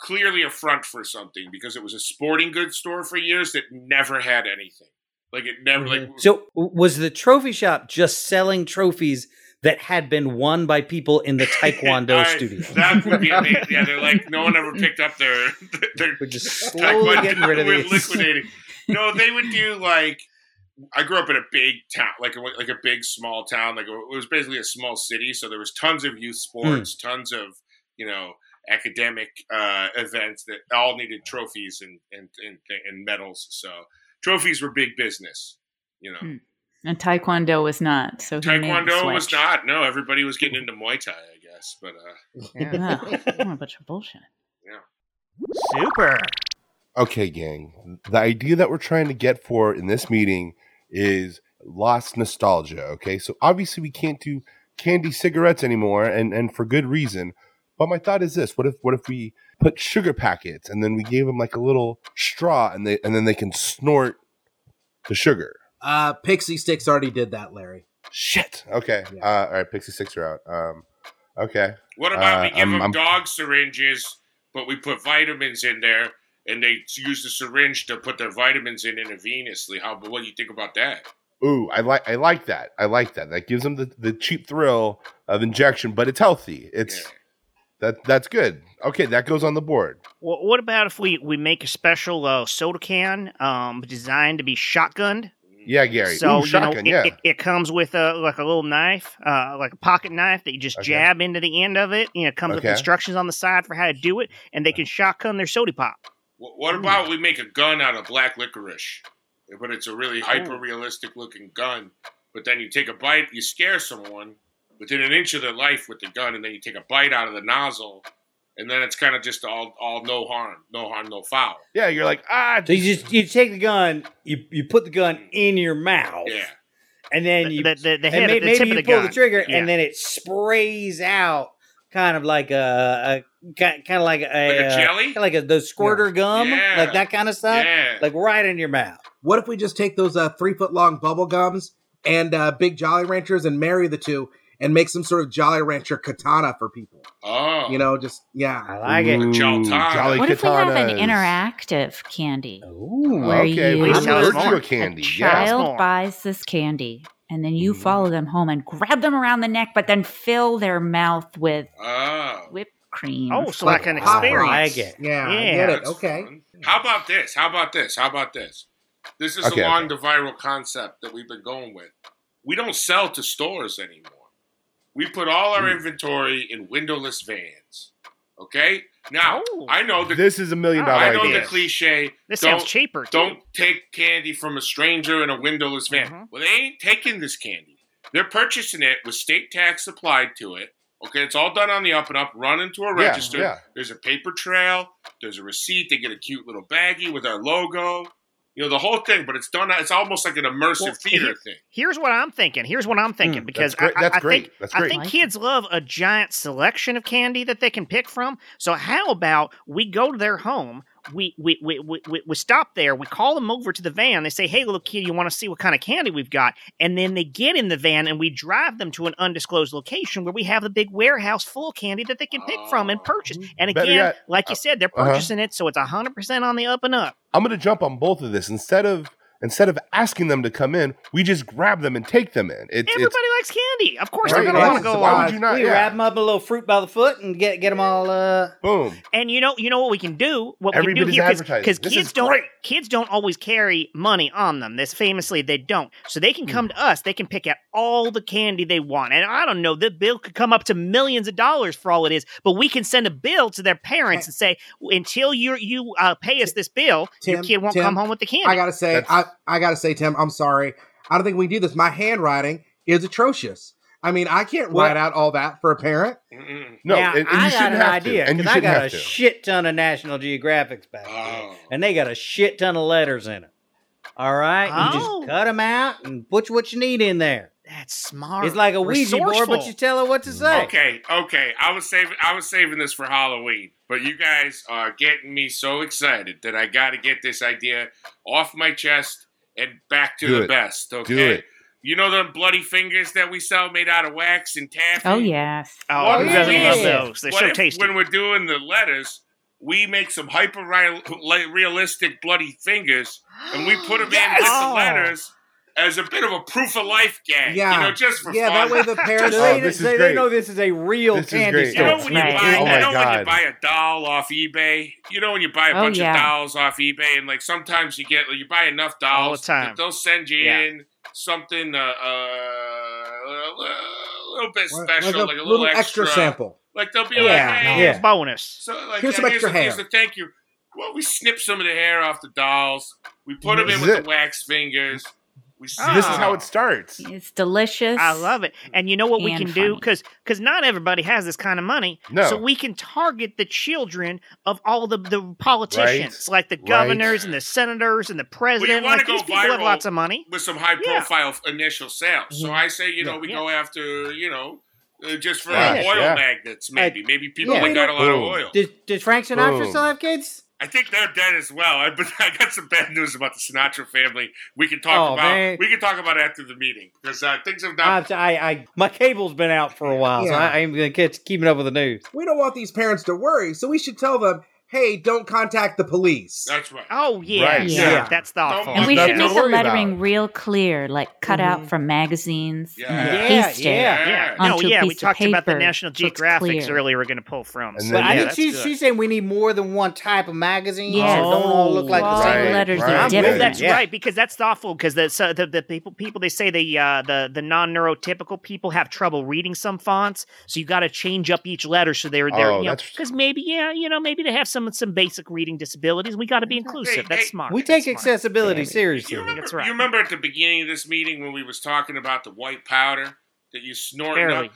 clearly a front for something because it was a sporting goods store for years that never had anything. Like it never Mm-hmm. like So w- was the trophy shop just selling trophies that had been won by people in the Taekwondo I- studio? That would be amazing. Yeah, they're like no one ever picked up their their We're just slowly Taekwondo. getting rid of We're these. liquidating. No, they would do like. I grew up in a big town, like a, like a big small town. Like it was basically a small city, so there was tons of youth Hmm. sports, tons of you know academic uh, events that all needed trophies and and, and and medals. So trophies were big business, you know. Hmm. and Taekwondo was not. So he made the Taekwondo was switch. not. No, everybody was getting into Muay Thai, I guess. But uh, Yeah. Oh, what a bunch of bullshit. Super. Okay, gang. The idea that we're trying to get for in this meeting is lost nostalgia. Okay, so obviously we can't do candy cigarettes anymore, and and for good reason. But my thought is this: what if what if we put sugar packets and then we gave them like a little straw, and they and then they can snort the sugar. Uh, Pixie Sticks already did that, Larry. Shit. Okay. Uh, all right. Pixie six are out. Um, Okay. What about Uh, we give I'm- them I'm- dog syringes, but we put vitamins in there, and they use the syringe to put their vitamins in intravenously? How? What do you think about that? Ooh, I like I like that. I like that. That gives them the, the cheap thrill of injection, but it's healthy. It's that that's good. Okay, that goes on the board. Well, what about if we we make a special uh, soda can um, designed to be shotgunned? Mm-hmm. Yeah, Gary. So Ooh, you know, shotgun, it, yeah. it, it comes with a like a little knife, uh, like a pocket knife that you just jab into the end of it. You know, it comes with Okay. instructions on the side for how to do it, and they can shotgun their soda pop. What, Hmm. what about we make a gun out of black licorice, but it's a Oh. really hyper realistic looking gun? But then you take a bite, you scare someone within an inch of their life with the gun, and then you take a bite out of the nozzle, and then it's kind of just all all no harm, no harm, no foul. Yeah, you're like ah. So you just you take the gun, you you put the gun in your mouth, Yeah. and then you the- the and head- may- the maybe tip of you the pull the gun. trigger, Yeah. and then it sprays out, kind of like a, a kind of like a, a uh, jelly? kinda like a, the squirter gum, Yeah. like that kind of stuff, Yeah. like right in your mouth. What if we just take those uh, three foot long bubble gums and uh, big Jolly Ranchers and marry the two and make some sort of Jolly Rancher katana for people? Oh, You know, just yeah. I like it. Ooh, Jaltana. Jolly what if we have an katanas. interactive candy? Ooh, where okay, you, please tell us Virtua more. a candy, yeah. child More. buys this candy, and then Mm-hmm. you follow them home and grab them around the neck, but then fill their mouth with Oh. whipped cream. Oh, so like an experience. That's fun. How about this? How about this? How about this? This is Okay, along the viral concept that we've been going with. We don't sell to stores anymore. We put all our Hmm. inventory in windowless vans. Okay? Now, I know oh, the This is a million dollar I know idea. the cliche. This don't- sounds cheaper, too. Don't take candy from a stranger in a windowless van. Mm-hmm. Well, they ain't taking this candy. They're purchasing it with state tax applied to it. Okay, it's all done on the up and up. Run into a Yeah, register. yeah. There's a paper trail. There's a receipt. They get a cute little baggie with our logo. You know the whole thing, but it's done. It's almost like an immersive Well, theater here- thing. Here's what I'm thinking. Here's what I'm Hmm, thinking because great- I, I- that's I great. think That's I great. think Like kids love a giant selection of candy that they can pick from. So how about we go to their home? We we, we, we, we we stop there. We call them over to the van. They say, "Hey, little kid, you want to see what kind of candy we've got?" And then they get in the van and we drive them to an undisclosed location where we have the big warehouse full of candy that they can pick from and purchase. And Oh, Better again, yet, like you said, they're uh-huh. purchasing it, so it's hundred percent on the up and up. I'm gonna jump on both of this instead of instead of asking them to come in. We just grab them and take them in. It's Everybody likes candy. Of course, Right, they're going to want yes. to go. Why along. would you not? we yeah. wrap them up in a little fruit by the foot and get get them all. Uh, Boom. And you know, you know what we can do. What Every we can bit do is here, advertising. because This kids is don't great. kids don't always carry money on them. This famously they don't, so they can Hmm. come to us. They can pick out all the candy they want, and I don't know. The bill could come up to millions of dollars for all it is, but we can send a bill to their parents and say, until you you uh, pay us this bill, your Tim, kid won't Tim, come home with the candy. I gotta say, I, I gotta say, Tim, I'm sorry. I don't think we do this. My handwriting is atrocious. I mean, I can't write out all that for a parent. No, now, and- and I you got shouldn't an have to, idea and you because I shouldn't got a have to. shit ton of National Geographics back, Oh. there, and they got a shit ton of letters in it. All right, you Oh. just cut them out and put what you need in there. That's smart. It's like a Ouija board, but Resourceful. you tell her what to say. Okay, okay. I was saving I was saving this for Halloween, but you guys are getting me so excited that I got to get this idea off my chest and back to Do the it. best. Do Okay. it. You know them bloody fingers that we sell made out of wax and taffy. Oh yes. Oh, who doesn't love those? They're What so if tasty. When we're doing the letters, we make some hyper realistic bloody fingers, and we put them in with the Yes! letters as a bit of a proof of life gag. Yeah. you know, just for Yeah, that fun. way the parents- So Oh, they, this is they- they great. know this is a real This is candy great. You store. know when you Right. buy, Oh you my know when you God. buy a doll off eBay. You know when you buy a Oh, bunch yeah. of dolls off eBay, and like sometimes you get you buy enough dolls All the time. that they'll send you Yeah. in something uh, uh, a little bit Like special, like a, little, extra, sample. Like they'll be yeah, like, hey, yeah. bonus. so like Here's uh, some extra the, Here's the hair. thank you. Well, we snip some of the hair off the dolls. We put them in This with is the wax fingers. We This is how it starts. Ah. It's delicious. I love it. And you know what we and can do? Because because not everybody has this kind of money. No. So we can target the children of all the, the politicians, Right. like the Right. governors and the senators and the president. wanna like, go these people have viral lots of money. Mm-hmm. with some high profile initial sales. So I say, you know, we go after, you know, uh, just for Yeah, oil yeah. magnets, maybe. Uh, maybe people yeah. that got a lot of Boom. oil. Did, did Frank Sinatra Boom. still have I kids? I think they're dead as well. I, but I got some bad news about the Sinatra family. We can talk Oh, about. man. We can talk about after the meeting because uh, things have not. I, I, I, my cable's been out for a while, so Yeah. I, I ain't gonna catch keeping up with the news. We don't want these parents to worry, so we should tell them, hey, don't contact the police. That's right. Oh yeah, Right. yeah. Yeah. That's thoughtful. And we Nothing should to make the worry about. lettering real clear, like cut Mm-hmm. out from magazines. Yeah. and pasted yeah. No, onto a yeah, we piece of talked about the paper National so it's Geographics clear. earlier. We're going to pull from. So, then- But yeah, I I think that's she's, good. she's saying we need more than one type of magazine. Yes. so don't all look like All the same. Oh, letters right, are right. different. That's Yeah. right because that's thoughtful because the, so the the people people they say the uh, the the non neurotypical people have trouble reading some fonts, so you got to change up each letter so they're they're Oh, you know that's- because maybe yeah you know maybe they have some some basic reading disabilities. We got to be inclusive. hey, that's hey, smart. We That's take smart. accessibility You seriously. remember, That's right. you remember at the beginning of this meeting when we was talking about the white powder that you snorted Barely. up?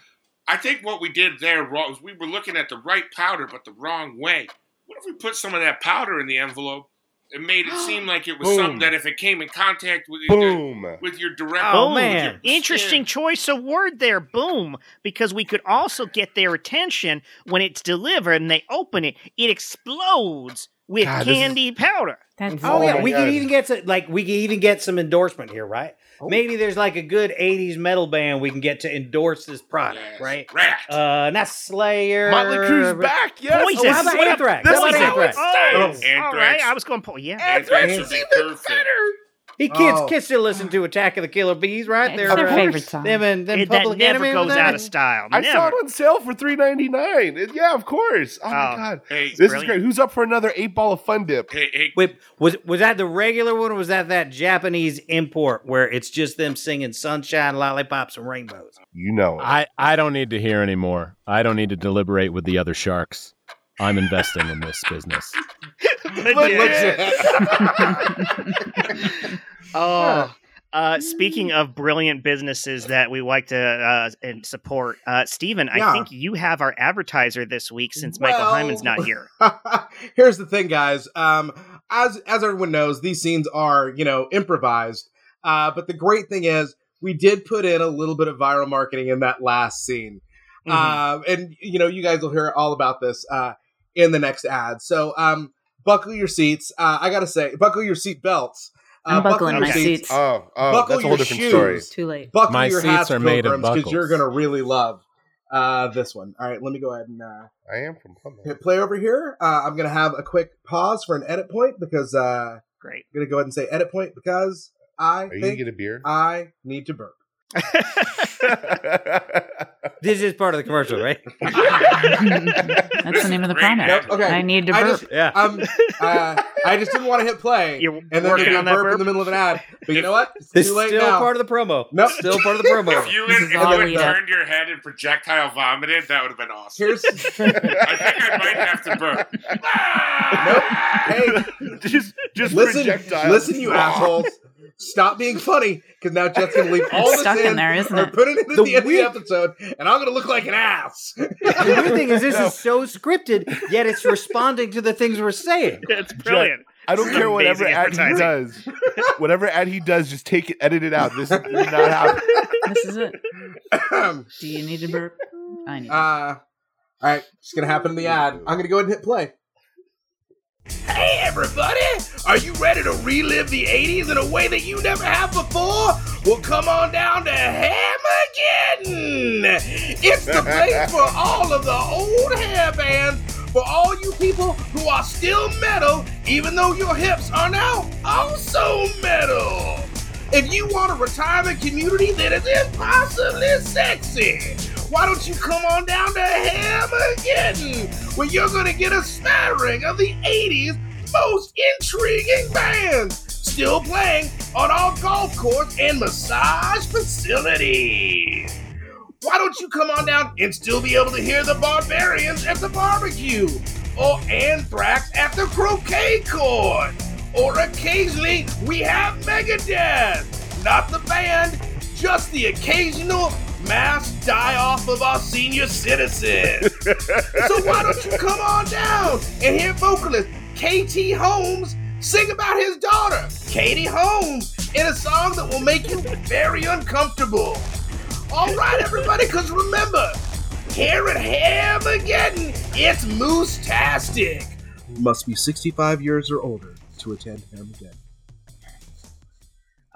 I think what we did there wrong was we were looking at the right powder but the wrong way. What if we put some of that powder in the envelope and made it seem like it was Boom. something that if it came in contact with your, Boom. with your direct Oh, with man. your Interesting skin- choice of word there, boom, because we could also get their attention when it's delivered and they open it. It explodes with God, this is- candy powder. That's Oh, Oh yeah, my we God. could even get some, like we could even get some endorsement here, right? Maybe there's like a good '80s metal band we can get to endorse this product, Yes, right? Rat. Uh, not Slayer. Motley Crue's back. Yes. Poison. Oh, how about What up? Anthrax? This How about is how Anthrax? Oh, Anthrax. all right. I was going to pull. Yeah. Anthrax would be perfect. He kids Oh. kids still listen to Attack of the Killer Bees, right? It's They're- uh, their favorite song. Them and them It, that Public never Enemy goes with out that. of style. I never. saw it on sale for three ninety nine. Yeah, of course. Oh, Oh. my god, Hey, this is Brilliant. great. Who's up for another eight ball of fun dip? hey, hey, Wait, was was that the regular one, or was that that Japanese import where it's just them singing "Sunshine, Lollipops, and Rainbows"? You know it. I, I don't need to hear anymore. I don't need to deliberate with the other sharks. I'm investing in this business. Legit. Oh. Uh, speaking of brilliant businesses that we like to uh, and support, uh, Stephen, I Yeah. think you have our advertiser this week since Michael Well- Hyman's not here. Here's the thing, guys. Um, as as everyone knows, these scenes are you know improvised. Uh, but the great thing is, we did put in a little bit of viral marketing in that last scene, Mm-hmm. um, and you know you guys will hear all about this uh, in the next ad. So um, buckle your seats. Uh, I gotta say, buckle your seat belts. Uh, I'm buckling your my seats. Oh, oh, Buckle that's a whole your different shoes. story. It's too late. Buckle My your seats hats, are made of because you're buckles. gonna really love uh, this one. All right, let me go ahead and. Uh, I am from Plymouth. hit play over here. Uh, I'm gonna have a quick pause for an edit point because uh, I'm Great. gonna go ahead and say edit point because I Are you gonna think get a beer? I need to burp. This is part of the commercial, right? That's the name of the Great product. ad. Okay, I need to I burp. just Yeah. um, uh, I just didn't want to hit play You're and then working do a on that burp, burp. in the middle of an ad. But you know what? It's It's too late still now. part of the promo. Nope. Still part of the If promo. you, This if is you all had Lita. turned your head and projectile vomited, that would have been awesome. Here's I think I might have to burp. nope. Hey, just, just listen, projectiles. listen, you assholes. Stop being funny, because now Jet's gonna leave all this stuck in in there, isn't or it? put it in at The the end weird- of the episode, and I'm gonna look like an ass. The weird thing is, this No. is so scripted, yet it's responding to the things we're saying. It's brilliant. I don't care whatever Amazing ad he does. Whatever ad he does, just take it, edit it out. This is not happening. This is it. Do you need to burp? I need. Uh, all right, it's gonna happen in the ad. I'm gonna go ahead and hit play. Hey, everybody! Are you ready to relive the 80s in a way that you never have before? Well, come on down to Hamageddon! It's the place for all of the old hair bands, for all you people who are still metal, even though your hips are now also metal! If you want a retirement community that is impossibly sexy, why don't you come on down to Hamageddon, where you're gonna get a smattering of the 80s most intriguing bands still playing on all golf course and massage facilities. Why don't you come on down and still be able to hear the barbarians at the barbecue, or anthrax at the croquet court, or occasionally we have Megadeth, not the band, just the occasional mass die off of our senior citizens. so why don't you come on down and hear vocalist KT Holmes sing about his daughter, Katie Holmes, in a song that will make you very uncomfortable. All right, everybody, because remember, here at Hamageddon, it's moose-tastic. must be 65 years or older to attend Armageddon.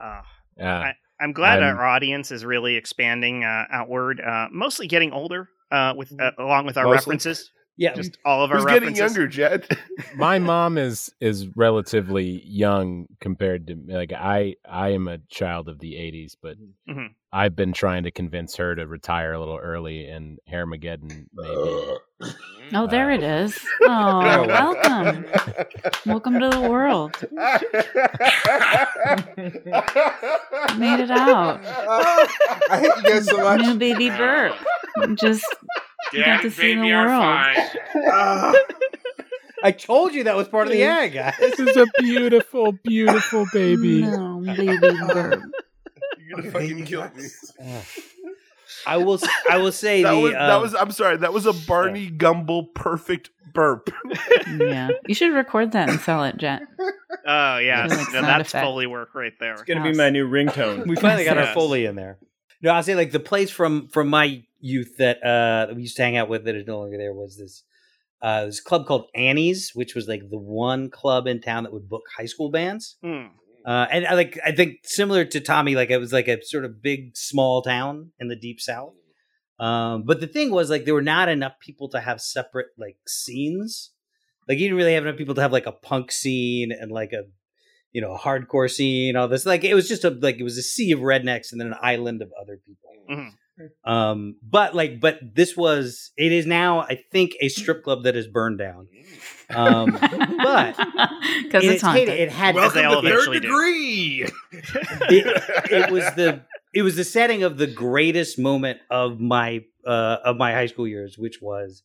Uh, Yeah. I, I'm glad I'm- our audience is really expanding uh, outward, uh, mostly getting older, uh, with Mm-hmm. uh, along with our Mostly. references. Yeah, just all of our Who's getting references. younger, Jed? my mom is is relatively young compared to me. like I I am a child of the 80s, but Mhm. I've been trying to convince her to retire a little early and Harmageddon maybe. Oh, there it is. Oh, welcome. Welcome to the world. Made it out. I hate you guys so much. New baby burp. Just you got Daddy to and see the baby are world. fine. I told you that was part of the egg. this is a beautiful, beautiful baby. No, baby burp. You're gonna fucking kill me. I will. s- I will say That the. was, that um, was. I'm sorry. That was a Barney Gumble perfect burp. Yeah. You should record that and sell it, Jet. Oh yeah, Just like now sound that's effect. Foley work right there. It's gonna be my new ringtone. we finally got Yes. our Foley in there. No, I'll say like the place from from my youth that uh that we used to hang out with that is no longer there was this uh this club called Annie's, which was like the one club in town that would book high school bands. Mm. Uh and I like I think similar to Tommy, like it was like a sort of big small town in the deep south. Um but the thing was like there were not enough people to have separate like scenes. Like you didn't really have enough people to have like a punk scene and like a you know, a hardcore scene, all this. Like it was just a like it was a sea of rednecks and then an island of other people. Mhm. Um, but like, but this was it is now I think a strip club that is burned down. Um, but because in it's haunted. heyday, it had As they all Welcome to eventually third do. degree. it, it was the it was the setting of the greatest moment of my uh, of my high school years, which was.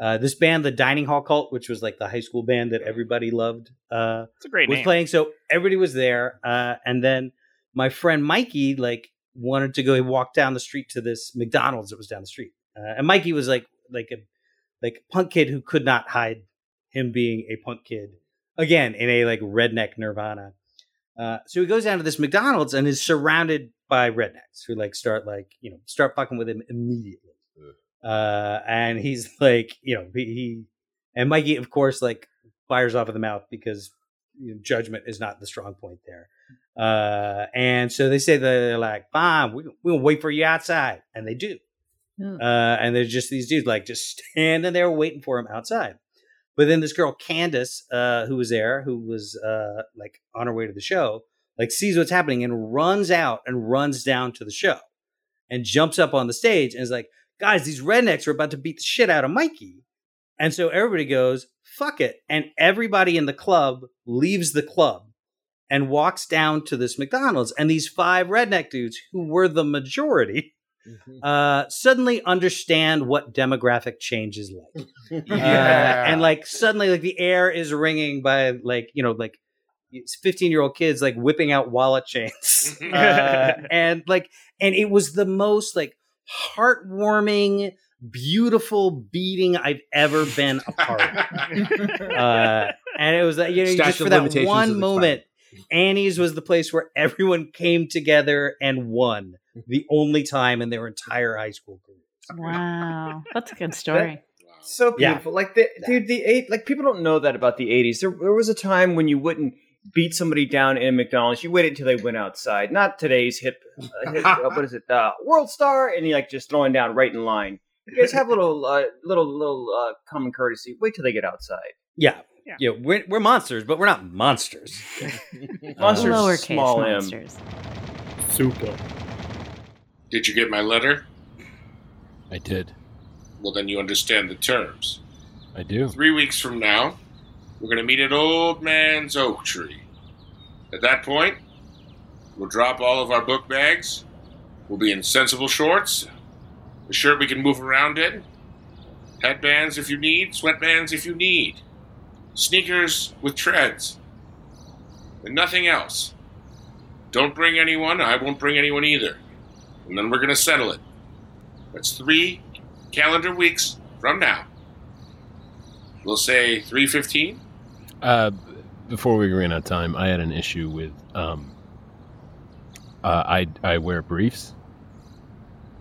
Uh, this band, the Dining Hall Cult, which was like the high school band that everybody loved, uh, It's a great was name. playing. So everybody was there. Uh, and then my friend Mikey like wanted to go he walked down the street to this McDonald's that was down the street. Uh, and Mikey was like like a like a punk kid who could not hide him being a punk kid again in a like redneck Nirvana. Uh, so he goes down to this McDonald's and is surrounded by rednecks who like start like you know start fucking with him immediately. Uh, and he's like you know he, he and Mikey of course like fires off of the mouth because you know, judgment is not the strong point there. Uh, and so they say that they're like, fine, we, we'll wait for you outside. And they do. Hmm. Yeah. Mm. Uh, and there's just these dudes like just standing there waiting for him outside. But then this girl, Candace, uh, who was there, who was uh, like on her way to the show, like sees what's happening and runs out and runs down to the show and jumps up on the stage and is like, guys, these rednecks are about to beat the shit out of Mikey. And so everybody goes, fuck it. And everybody in the club leaves the club and walks down to this McDonald's. And these five redneck dudes, who were the majority, uh, suddenly understand what demographic change is like. Uh, and like suddenly, like the air is ringing by like, you know, like 15 year old kids like whipping out wallet chains. Uh, and like, and it was the most like heartwarming, beautiful beating I've ever been a part of uh, and it was that you know Statute just for of that limitations has one expired. moment, Annie's was the place where everyone came together and won Mm-hmm. the only time in their entire high school career. Wow. That's a good story. So Yeah. beautiful. Like the dude, the eight like people don't know that about the eighties. There, there was a time when you wouldn't beat somebody down in a McDonald's. You waited until they went outside. Not today's hip, uh, hip uh, what is it? Uh, World Star, and you like just throwing down right in line. You guys have little, uh, little, little uh, common courtesy. Wait till they get outside. Yeah. Yeah. Yeah, we're, we're monsters, but we're not monsters. Uh, Monsters, Lowercase small m. monsters. Did you get my letter? I did. Well, then you understand the terms. I do. Three weeks from now, we're gonna meet at Old Man's Oak Tree. At that point, we'll drop all of our book bags. We'll be in sensible shorts, a shirt we can move around in, headbands if you need, sweatbands if you need, sneakers with treads, and nothing else. Don't bring anyone. I won't bring anyone either. And then we're gonna settle it. That's three calendar weeks from now. We'll say 315. Uh, b- before we ran out of time, I had an issue with um, uh, I I wear briefs.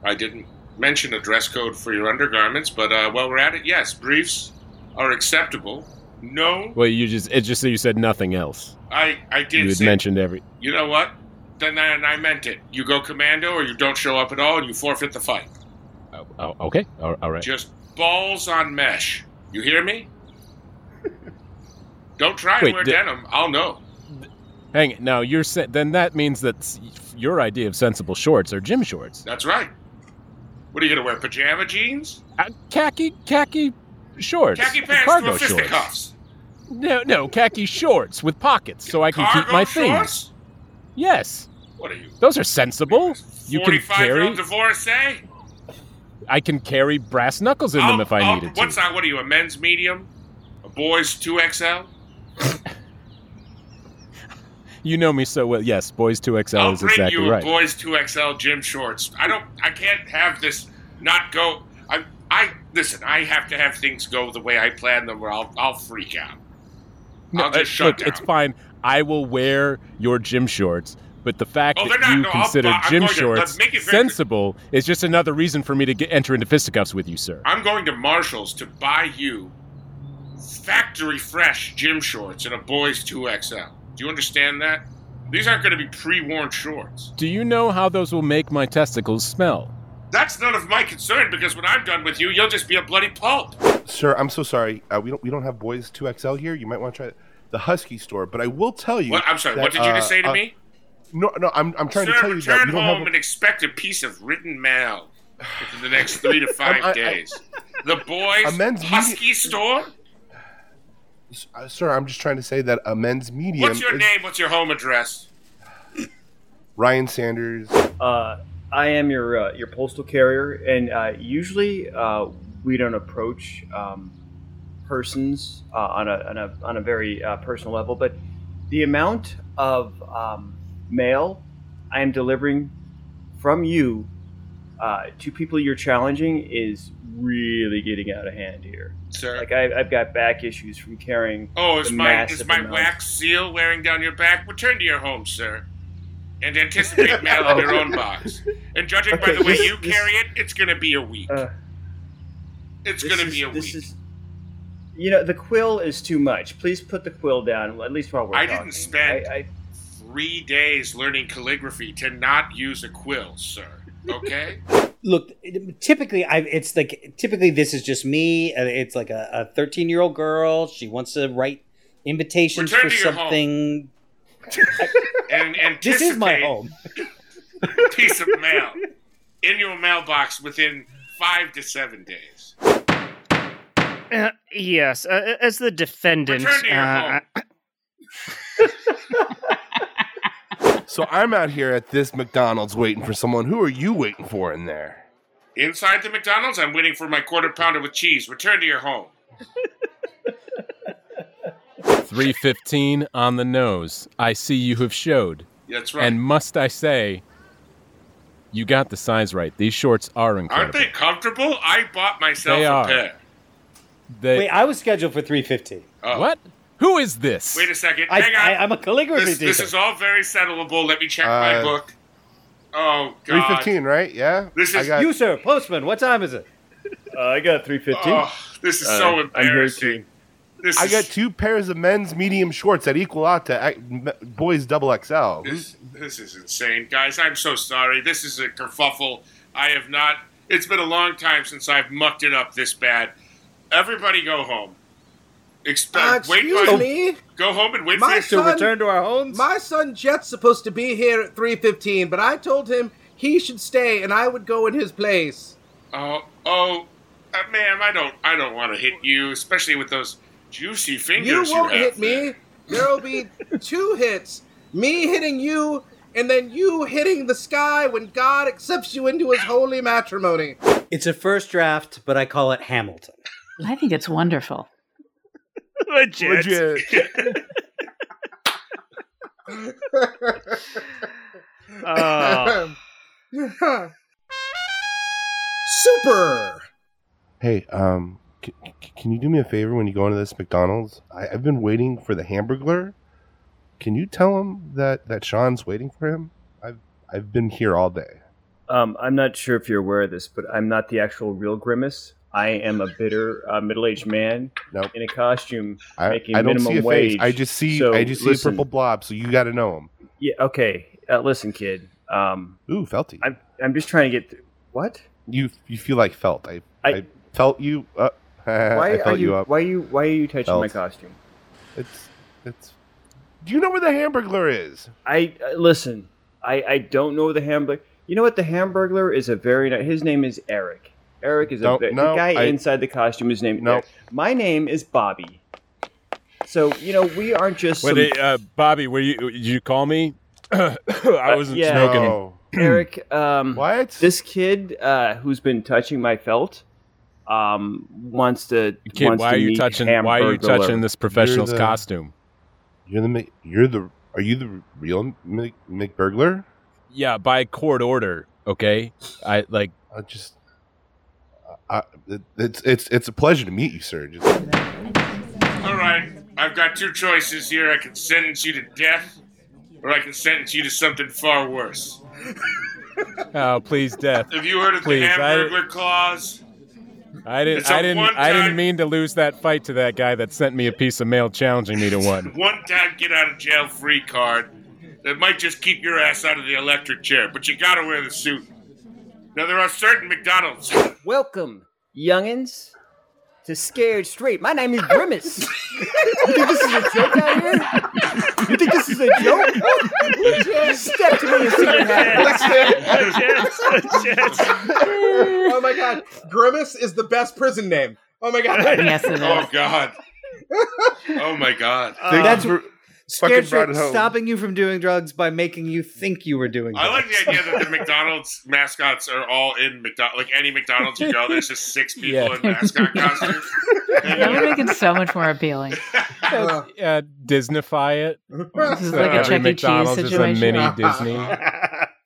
I didn't mention a dress code for your undergarments, but uh, while we're at it, yes, briefs are acceptable. No, Well, you just it just so you said nothing else. I I did. You had say- mentioned every. You know what? Then I, and I meant it. You go commando, or you don't show up at all, and you forfeit the fight. Oh, okay, all, all right. Just balls on mesh. You hear me? don't try and Wait, wear di- denim. I'll know. Hang it. Now you're sa- then that means that s- your idea of sensible shorts are gym shorts, That's right. What are you gonna wear? Pajama jeans? khaki khaki shorts, Khaki pants cargo with shorts. fisticuffs. No, no, khaki shorts with pockets, so I can keep my things. shorts? Yes, What are you? those are sensible. You can carry. Forty-five-year-old divorcee? I can carry brass knuckles in them if I I'll- needed to. Oh, What's that? What are you? A men's medium? A boys two XL? You know me so well. Yes, boys two XL I'll is bring exactly you a right. boys two XL gym shorts. I don't. I can't have this not go. I. I listen. I have to have things go the way I plan them, or I'll. I'll freak out. No, I'll just uh, shut look, down. it's fine. I will wear your gym shorts, but the fact Oh, that they're not- you no, I'll- consider I'm gym going to- let's shorts make it very- sensible is just another reason for me to get, enter into fisticuffs with you, sir. I'm going to Marshalls to buy you factory fresh gym shorts and a boys two XL. Do you understand that? These aren't going to be pre-worn shorts. Do you know how those will make my testicles smell? That's none of my concern because when I'm done with you, you'll just be a bloody pulp. Sir, I'm so sorry. Uh, we don't we don't have boys two XL here. You might want to try the Husky store, but I will tell you. What? I'm sorry. that, what did you just uh, say to uh, me? No, no. I'm I'm trying Sir, to tell you return that we don't home have. and expect a piece of written mail within the next three to five I- I- days. the boys' A men's husky store. uh, sir, I'm just trying to say that a men's medium. What's your is name? What's your home address? Ryan Sanders. Uh, I am your uh, your postal carrier, and uh, usually uh, we don't approach um, persons uh, on a on a on a very uh, personal level. But the amount of um, mail I am delivering from you uh, to people you're challenging is really getting out of hand here. Sir. Like I, I've got back issues from carrying. Oh, is the my is massive my amount. wax seal wearing down your back? Return to your home, sir, and anticipate mail in Oh. your own box. And judging by Okay, the way this- you this- carry it, it's going to be a week. Uh, it's this going to is- be a this week. is- you know, the quill is too much. Please put the quill down, at least while we're I talking. didn't spend I, I, three days learning calligraphy to not use a quill, sir. Okay. Look, it- typically, I it's like typically this is just me. uh, It's like a thirteen year old girl. She wants to write invitations Return for to your home. something. and anticipate This is my home. a piece of mail in your mailbox within five to seven days. Uh, yes, uh, as the defendant, Return to your uh, So I'm out here at this McDonald's waiting for someone. Who are you waiting for in there? Inside the McDonald's, I'm waiting for my quarter pounder with cheese. Return to your home. Three fifteen on the nose. I see you have showed. That's right. And must I say, you got the size right. These shorts are Aren't incredible. they comfortable? I bought myself They a are. pair. They- Wait, I was scheduled for three fifty. Oh. what? Who is this? Wait a second. I, Hang on. I, I'm a calligraphy this, this teacher. is all very settleable. Let me check my Uh, book. Oh Three God. fifteen, right? Yeah. This I is got- you, sir, postman. What time is it? uh, I got three fifteen. Oh, this is so embarrassing. This I is, got two pairs of men's medium shorts that equal out to ac- m- boys double XL. This, this is insane, guys. I'm so sorry. This is a kerfuffle. I have not. It's been a long time since I've mucked it up this bad. Everybody, go home. Expect. Uh, wait excuse for- me. Go home and wait for My your son- Return to our homes. My son Jet's supposed to be here at 3:15, but I told him he should stay and I would go in his place. Oh, oh, uh, ma'am. I don't. I don't want to hit you, especially with those juicy You fingers. You, won't have hit me. There'll be two hits. Me hitting you and then you hitting the sky when God accepts you into his holy matrimony. It's a first draft, but I call it Hamilton. I think it's wonderful. legit. Legit. Oh, Super. Hey, um, c- c- can you do me a favor when you go into this McDonald's? I- I've been waiting for the Hamburglar. Can you tell him that that Sean's waiting for him? I've I've been here all day. Um, I'm not sure if you're aware of this, but I'm not the actual real Grimace. I am a bitter uh, middle-aged man in a costume I, making I don't minimum see a wage. face. I just see So, I just see listen. a purple blob. So you got to know him. Yeah. Okay. Uh, listen, kid. Um, Ooh, felty. I'm I'm just trying to get. Th- what? You you feel like felt. I I, felt you. Uh, Why I are felt you? you, up. Why are you? Why are you touching my Felt. costume? It's it's. Do you know where the Hamburglar is? I uh, listen. I I don't know the Hamburglar. You know what? The Hamburglar is a very. ni- His name is Eric. Eric is Don't- a ve- no, the guy I- inside the costume. His name. No. My name is Bobby. So you know we aren't just. Wait, some- hey, uh, Bobby, were you did you call me? I Uh, wasn't Uh, yeah. smoking. No. Eric, um, what? This kid uh, who's been touching my felt um, wants to. Kid, wants why to are you meet touching? Why are you Hamburglar. touching this professional's the- costume? You're the Mc- you're the are you the real Mc, McBurglar? Yeah, by court order. Okay, I like. I just. I, it, it's it's it's a pleasure to meet you, sir. Just, All right, I've got two choices here. I can sentence you to death, or I can sentence you to something far worse. Oh, please, death. Have you heard of please, the I, Hamburglar Clause? I didn't. It's a I didn't. I one-time- didn't mean to lose that fight to that guy that sent me a piece of mail challenging me to one. One time get out of jail free card that might just keep your ass out of the electric chair, but you gotta wear the suit. Now, there are certain McDonald's. Welcome, youngins, to Scared Straight. My name is Grimace. you think this is a joke out here? You think this is a joke? Step to me and see what happens. oh my god, Grimace is the best prison name. Oh my god. Oh, God. Oh, my God. That's fucking scared brought straight, it home. stopping you from doing drugs by making you think you were doing I drugs. like the idea that the McDonald's mascots are all in McDonald's. Like any McDonald's you go, there's just six people in mascot costumes. That would make it so much more appealing. Yeah, Disneyfy it. This is like a Every Uh, McDonald's is Chuck E. Cheese a situation. mini Disney.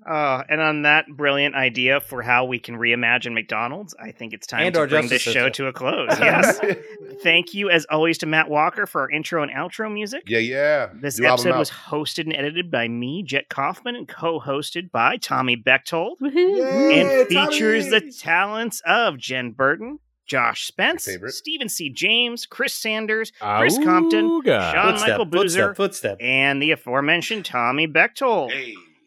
Uh, and on that brilliant idea for how we can reimagine McDonald's, I think it's time And to our bring this justice show system. to a close. Yes. Thank you, as always, to Matt Walker for our intro and outro music. yeah, yeah. This You lob 'em episode out. was hosted and edited by me, Jet Kaufman, and co-hosted by Tommy Bechtold, and features the talents of Jen Burton, Josh Spence, Stephen C. James, Chris Sanders, Chris Compton, Auga. Sean Footstep, Michael Boozer, footstep, footstep. and the aforementioned Tommy Bechtold.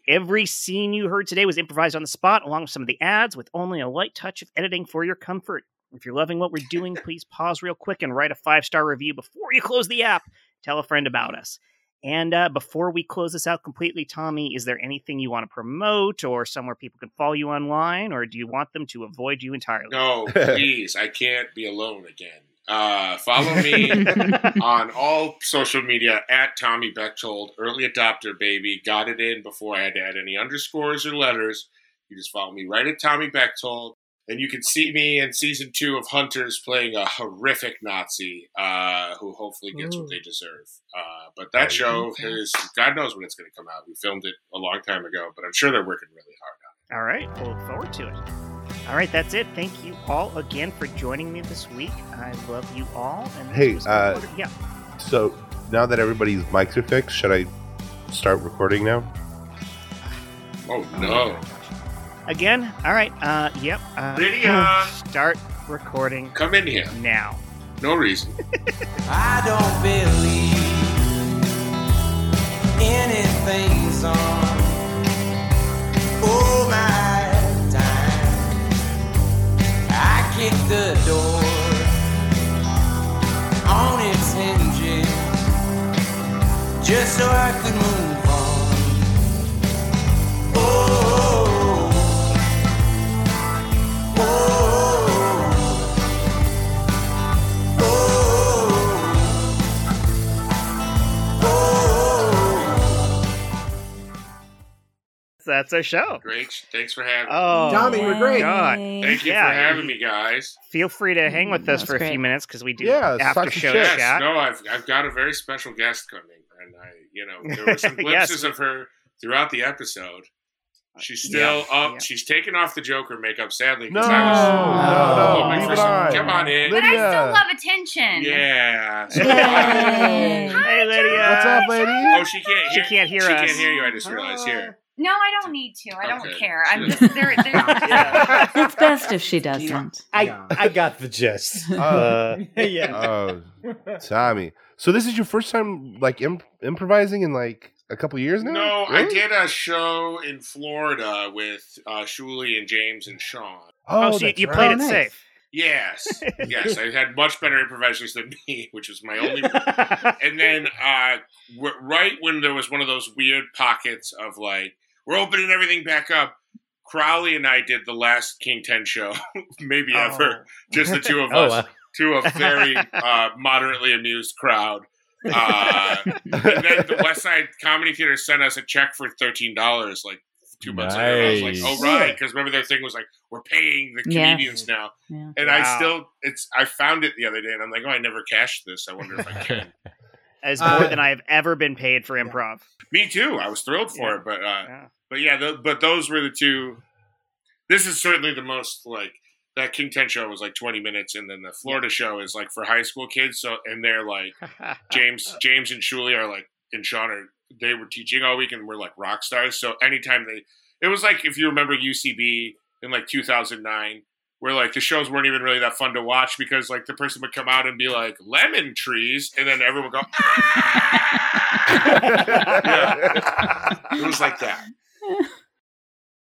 Every scene you heard today was improvised on the spot, along with some of the ads, with only a light touch of editing for your comfort. If you're loving what we're doing, please pause real quick and write a five star review before you close the app. Tell a friend about us. And uh, before we close this out completely, Tommy, is there anything you want to promote or somewhere people can follow you online, or do you want them to avoid you entirely? No, please, I can't be alone again. Uh, follow me on all social media at Tommy Bechtold, early adopter baby. Got it in before I had to add any underscores or letters. You just follow me right at Tommy Bechtold. And you can see me in season two of Hunters playing a horrific Nazi uh, who hopefully gets Ooh. what they deserve. Uh, but that Oh, show okay. is, God knows when it's going to come out. We filmed it a long time ago, but I'm sure they're working really hard on it. All right, we'll look forward to it. All right, that's it. Thank you all again for joining me this week. I love you all. And this Hey, was- uh, yeah. so now that everybody's mics are fixed, should I start recording now? Oh, no. Again? All right. Uh, yep. Uh, Lydia! Start recording. Come in here. Now. No reason. I don't believe anything's on all my time. I kick the door on its hinges just so I could move on. Oh, oh, oh, oh, oh. That's our show. Great. Thanks for having Oh, me. Tommy, you were great. God. Thank you Yeah. for having me, guys. Feel free to hang with us for a few minutes because we do Yeah, after show chat. Oh, No, I've, I've got a very special guest coming, and I, you know, there were some Yes. glimpses of her throughout the episode. She's still up. She's taken off the Joker makeup, sadly. 'cause No, I was no, no, hoping leave for it some- on. Come on in. But I still love attention. Yeah. So- Yay. Hey, Lydia. What's up, lady? Oh, she can't She hear. can't hear she us. can't hear you. I just realized. Here. No, I don't need to. I don't Okay. care. I'm just they're, they're it's best if she doesn't. I, I got the gist. Uh, yeah. Oh, Tommy. So this is your first time like imp- improvising in like a couple years now. No, I Really? did a show in Florida with uh, Shuli and James and Sean. Oh, Oh, so that's you right. played it safe. Yes, yes, I had much better improvisers than me, which was my only. and then, uh, w- right when there was one of those weird pockets of like, we're opening everything back up. Crowley and I did the last King Ten show, maybe ever, just the two of Oh, us wow. to a very uh, moderately amused crowd. Uh, and then the West Side Comedy Theater sent us a check for thirteen dollars, like two months later. And I was like, Nice. "Oh right," because remember their thing was like, "We're paying the Yes. comedians now," Yeah. and I Wow. still, it's I found it the other day, and I'm like, "Oh, I never cashed this. I wonder if I can." As Uh, more than I have ever been paid for improv. Me too. I was thrilled for it, but uh, but yeah, tho- but those were the two. This is certainly the most like that King Ten show was like twenty minutes, and then the Florida show is like for high school kids. So and they're like James, James and Shuli are like and Sean are they were teaching all week and we're like rock stars. So anytime they, it was like if you remember UCB in like two thousand nine. Where like the shows weren't even really that fun to watch because like the person would come out and be like lemon trees, and then everyone would go. "Ah!" Yeah. It was like that.